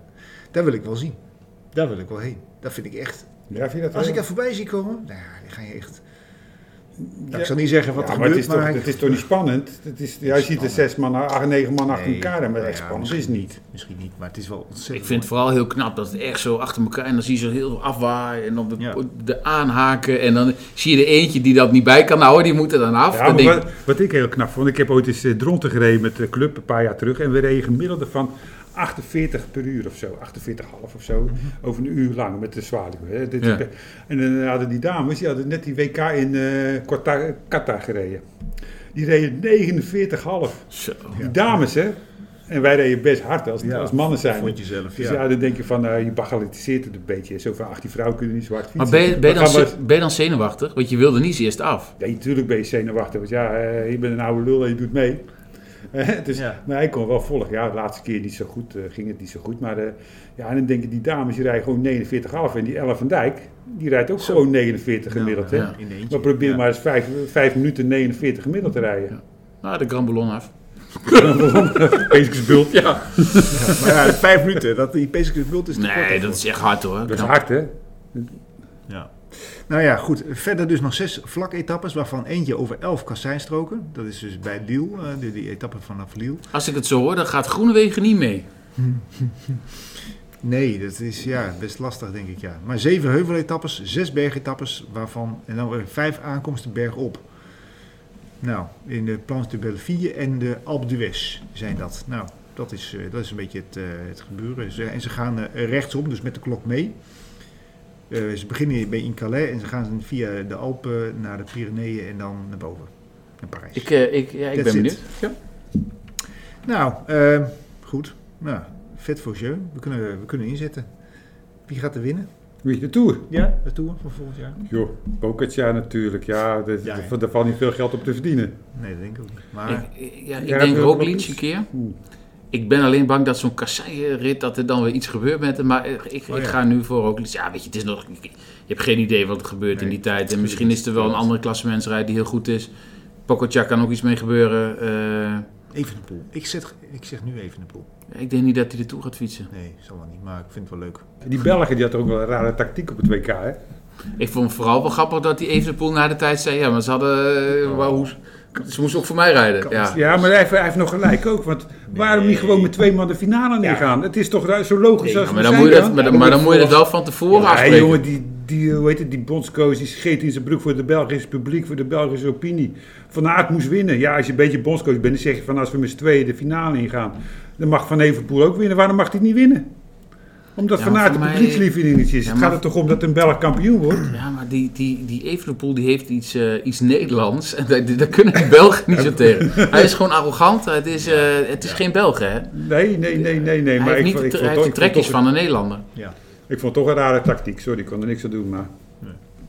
Daar wil ik wel zien. Daar wil ik wel heen. Dat vind ik echt.
Ja, vind je dat
Als
wel?
ik daar voorbij zie komen, nou, ja, dan ga je echt. Nou,
Ja.
Ik zal niet zeggen wat
Ja,
er
maar het
gebeurt,
is, toch,
maar hij-
het is toch niet spannend? Het is, ja, je ziet er zes man, acht, negen man achter
Nee,
elkaar en maar
nou
echt
ja,
spannend is
misschien
niet.
Misschien niet, maar het is wel ontzettend.
Ik vind het vooral heel knap dat het echt zo achter elkaar en dan zie je ze heel veel afwaaien en dan de,
Ja.
de aanhaken en dan zie je er eentje die dat niet bij kan houden, die moet er dan af.
Ja,
dan
maar
denk ik,
wat, wat ik heel knap vond, ik heb ooit eens eh, dronten gereden met de club een paar jaar terug en we reden gemiddelde van 48 per uur of zo, 48,5 of zo, over een uur lang met de zwaluwen. hè. Dit-
Mhm. Ja.
En dan hadden die dames, die hadden net die WK in eh, Qatar, Qatar gereden. Die reden 49,5.
zo.
Die dames, hè? En wij deden best hard als, als mannen zijn.
Vond je zelf,
Dus
ja.
ja, dan denk je van, nou, je bagatelliseert het een beetje. Zo van, ach, die vrouw kunnen niet zo hard fietsen.
Maar ben je, ben, je
We
dan,
gaan maar-
ze- ben je dan zenuwachtig? Want je wilde niet eerst af.
Nee, natuurlijk ben je zenuwachtig. Want ja, eh, je bent een oude lul en je doet mee. Eh, dus,
Ja.
Maar hij kon wel volgen. Ja, de laatste keer niet zo goed, eh, ging het niet zo goed. Maar eh, ja, en dan denken die dames, die rijden gewoon 49 af. En die Ellen van Dijk, die rijdt ook gewoon 49 gemiddeld. hè?
ja.
In de eentje.
Maar probeer
Ja.
maar eens 5 vijf minuten 49 gemiddeld te rijden.
Nou, de Grand Ballon af.
Peeskensbult.
Ja.
Maar ja, vijf minuten, dat die Pacific Bult is te kort
Nee,
daarvoor.
dat is echt hard hoor.
Dat is
Knap.
hard, hè?
Ja. Nou ja, goed. Verder dus nog zes vlaketappes, waarvan eentje over elf kasseinstroken. Dat is dus bij Liel, eh, die, die etappe vanaf Liel.
Als ik het zo hoor, dan gaat Groenewegen niet mee.
Nee, dat is ja, best lastig denk ik ja. Maar zeven heuveletappes, zes bergetappes, waarvan en dan weer vijf aankomsten bergop. Nou, in de Plans de Belleville en de Alpe d'Huez zijn dat. Nou, dat is, eh, dat is een beetje het, eh, het gebeuren. Ze- en ze gaan eh, rechtsom, dus met de klok mee. Eh, ze beginnen hier bij in Calais en ze gaan via de Alpen naar de Pyreneeën en dan naar boven, naar Parijs.
Ik, eh, ik, ja, ik
That's
ben
it.
benieuwd. Ja.
Nou, eh, goed. Nou, vet voor jeu. We kunnen, we kunnen inzetten. Wie gaat er winnen?
Wie, de Tour?
Ja, de Tour van volgend jaar?
Joh, Bocacha natuurlijk. Ja, dat-
Ja, ja.
dat- daar valt niet veel geld op te verdienen.
Nee, dat denk ik ook niet. Maar
Ik, ik- ja, ik
Ja,
denk
wil-
Roglic
Roglic.
een keer.
Oeh.
Ik ben alleen bang dat zo'n kasseienrit, dat er dan weer iets gebeurt met hem. Maar eh, ik,
Oh,
ik
ja.
ga nu voor Roglic. Ja, weet je, het is nog, je hebt geen idee wat er gebeurt in
Nee,
die tijd. En misschien is er wel een andere klassementsrijd die heel goed is. Pogacar kan ook iets mee gebeuren. Eh,
even de poel. Ik, zet, ik zeg nu even de poel.
ik denk niet dat hij er toe gaat fietsen.
Nee, zal wel niet, maar ik vind het wel leuk.
Die Belgen die hadden ook wel een rare tactiek op het WK, hè?
Ik vond het vooral wel grappig dat hij Evenepoel na de tijd zei... Ja, maar ze hadden... eh, wou- hoe, ze moesten ook voor mij rijden. Ja.
Ja, maar hij heeft, hij heeft nog gelijk ook. Want waarom niet gewoon met twee man de finale neergaan? Het is toch ru- zo logisch als
Ja,
we
maar dan
zijn
moet je dat,
dan?
maar, dan- maar dan moet je dat wel van tevoren
Ja,
afspreken.
jongen, die, die, eh, hoe heet het, die bondscoach die scheet in zijn broek voor het Belgisch publiek, voor de Belgische opinie. Van Aert moest winnen. Ja, als je een beetje bondscoach bent, dan zeg je van als we met z'n tweeën de finale ingaan, dan mag Van Evenpoel ook winnen. Waarom mag hij niet winnen? Omdat
Ja,
Van
maar
Aert de
voor mij-
publiekslieveling is.
Ja,
het
maar-
gaat er toch om dat een Belg kampioen wordt?
Ja, maar die, die, die Evenepoel die heeft iets, eh, iets Nederlands. En daar, daar kunnen die Belgen niet zo tegen. Hij is gewoon arrogant. Het is, eh, het is geen Belg, hè?
Nee, nee, nee, nee. nee.
Hij
Maar
heeft
ik,
niet
vond-
de,
ik, vond
hij heeft
toch-
de
ik, vond
trekjes
toch-
van een Nederlander.
Ja,
ik vond toch een rare tactiek. Sorry, ik kon er niks aan doen, maar...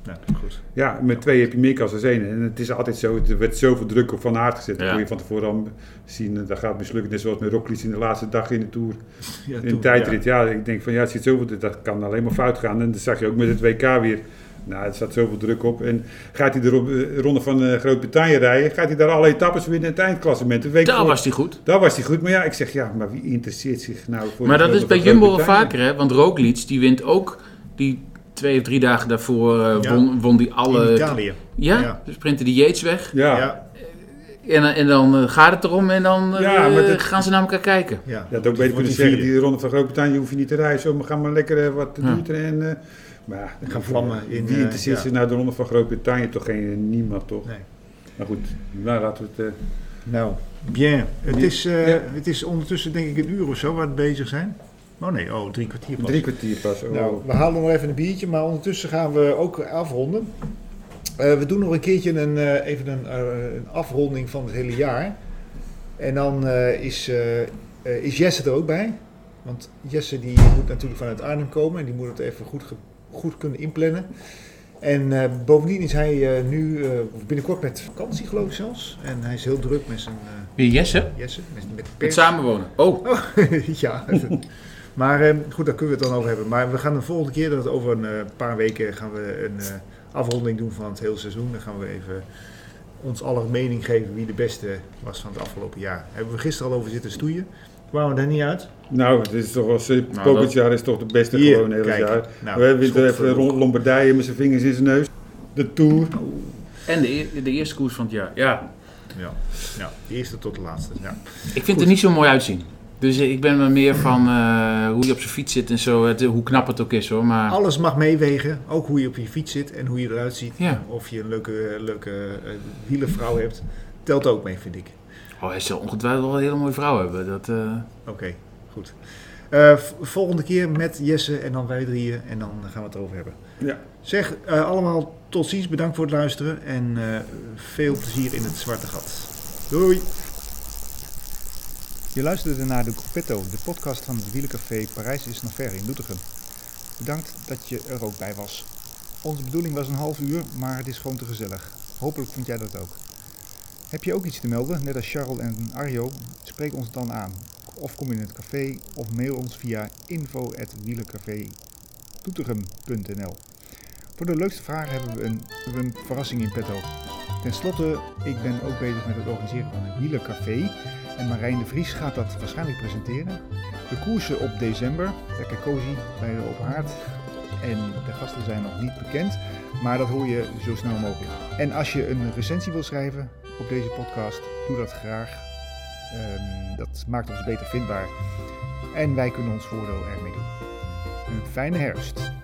nou, goed.
Ja, met twee heb je meer kans als één. En het is altijd zo, er werd zoveel druk op Van Aert gezet. Dat
Ja.
kon je van tevoren al zien, eh, dat gaat mislukken. Net zoals met Roglic in de laatste dag in de Tour.
Ja,
in de
Tour,
tijdrit, ja. ik denk van ja, het zit zoveel, dat kan alleen maar fout gaan. En dat zag je ook met het WK weer. Nou, er zat zoveel druk op. En gaat hij de ro- eh, ronde van eh, Groot-Brittannië rijden, gaat hij daar alle etappes winnen in het eindklassement. De week
Daar
voor-
was hij goed.
daar was hij goed. Maar ja, ik zeg ja, maar wie interesseert zich nou voor
Maar
de
dat
ronde
is bij
van
Jumbo wel
Groot-Brittannië?
vaker, hè? Want Roglic, die wint ook die twee of drie dagen daarvoor... eh,
Ja.
won, won die
ja. In
alle...
Italië.
Ja,
Ja.
dus sprinten die Yates weg.
Ja. Ja.
Ja,
En, dan- en dan eh, gaat het erom en dan eh,
Ja, maar dat-
gaan ze naar elkaar kijken.
ja.
Ja, dat ook beter
Wordt
kunnen
die
zeggen,
vierde.
die ronde van Groot-Brittannië hoef je niet te rijden. Zo, maar ga maar lekker eh, wat
Ja.
duurder en... eh, maar ja,
Gaan vlammen in,
Wie
eh,
interesseert
ja.
zich naar de ronde van Groot-Brittannië? Toch geen, eh, niemand toch?
Nee.
Maar goed, nou, laten we het... eh,
Nou, bien. Het
Ja.
is, eh,
Ja.
het is ondertussen denk ik een uur of zo waar we bezig zijn. Oh nee, oh, drie kwartier pas.
drie kwartier pas. Oh.
Nou, we halen nog even een biertje, maar ondertussen gaan we ook afronden. Eh, we doen nog een keertje een, eh, even een, eh, een afronding van het hele jaar. En dan eh, is, eh, eh, is Jesse er ook bij. Want Jesse die moet natuurlijk vanuit Arnhem komen en die moet het even goed, ge- goed kunnen inplannen. En eh, bovendien is hij eh, nu eh, of binnenkort met vakantie geloof ik zelfs. En hij is heel druk met zijn eh,
Weer Jesse?
Jesse, met, met de
Het
pers.
samenwonen. Oh,
ja. maar eh, goed, daar kunnen we het dan over hebben. Maar we gaan de volgende keer, dat over een eh, paar weken, gaan we een eh, afronding doen van het hele seizoen. Dan gaan we even ons aller mening geven wie de beste was van het afgelopen jaar. Hebben we gisteren al over zitten stoeien. Kwamen we daar niet uit?
nou, het is toch wel... super.
Nou,
Komend jaar is toch de beste
Hier,
gewoon heel het
kijk.
jaar.
Nou,
we hebben
schot
weer
voor
even
de boeg.
rond Lombardije met zijn vingers in zijn neus. De Tour.
en de, eer- de eerste koers van het jaar. Ja,
Ja. ja, Nou, de eerste tot de laatste. Ja.
Ik vind het er niet zo mooi uitzien. Dus eh, ik ben wel meer van eh, hoe je op zijn fiets zit en zo. Het, hoe knap het ook is hoor. Maar
Alles mag meewegen, ook hoe je op je fiets zit en hoe je eruit ziet.
Ja.
Of je een leuke, leuke eh, wielenvrouw hebt, telt ook mee, vind ik.
oh, hij zal ongetwijfeld wel een hele mooie vrouw hebben. Dat, eh,
Oké, goed. Eh, v- volgende keer met Jesse en dan wij drieën en dan gaan we het erover hebben.
Ja.
Zeg eh, allemaal tot ziens, bedankt voor het luisteren en eh, veel plezier in het zwarte gat. Doei! Je luisterde naar De Gruppetto, de podcast van het wielencafé Parijs is nog ver in Doetinchem. Bedankt dat je er ook bij was. Onze bedoeling was een half uur, maar het is gewoon te gezellig. Hopelijk vond jij dat ook. Heb je ook iets te melden, net als Charles en Arjo? Spreek ons dan aan. Of kom in het café of mail ons via info.wielencafé.doetinchem.nl Voor de leukste vragen hebben we een, hebben we een verrassing in petto. Ten slotte, ik ben ook bezig met het organiseren van een wielencafé. En Marijn de Vries gaat dat waarschijnlijk presenteren. De koersen op december, lekker cozy bij de Open Haard. En de gasten zijn nog niet bekend, maar dat hoor je zo snel mogelijk. En als je een recensie wil schrijven op deze podcast, doe dat graag. Ehm, dat maakt ons beter vindbaar. En wij kunnen ons voordeel ermee doen. Een fijne herfst.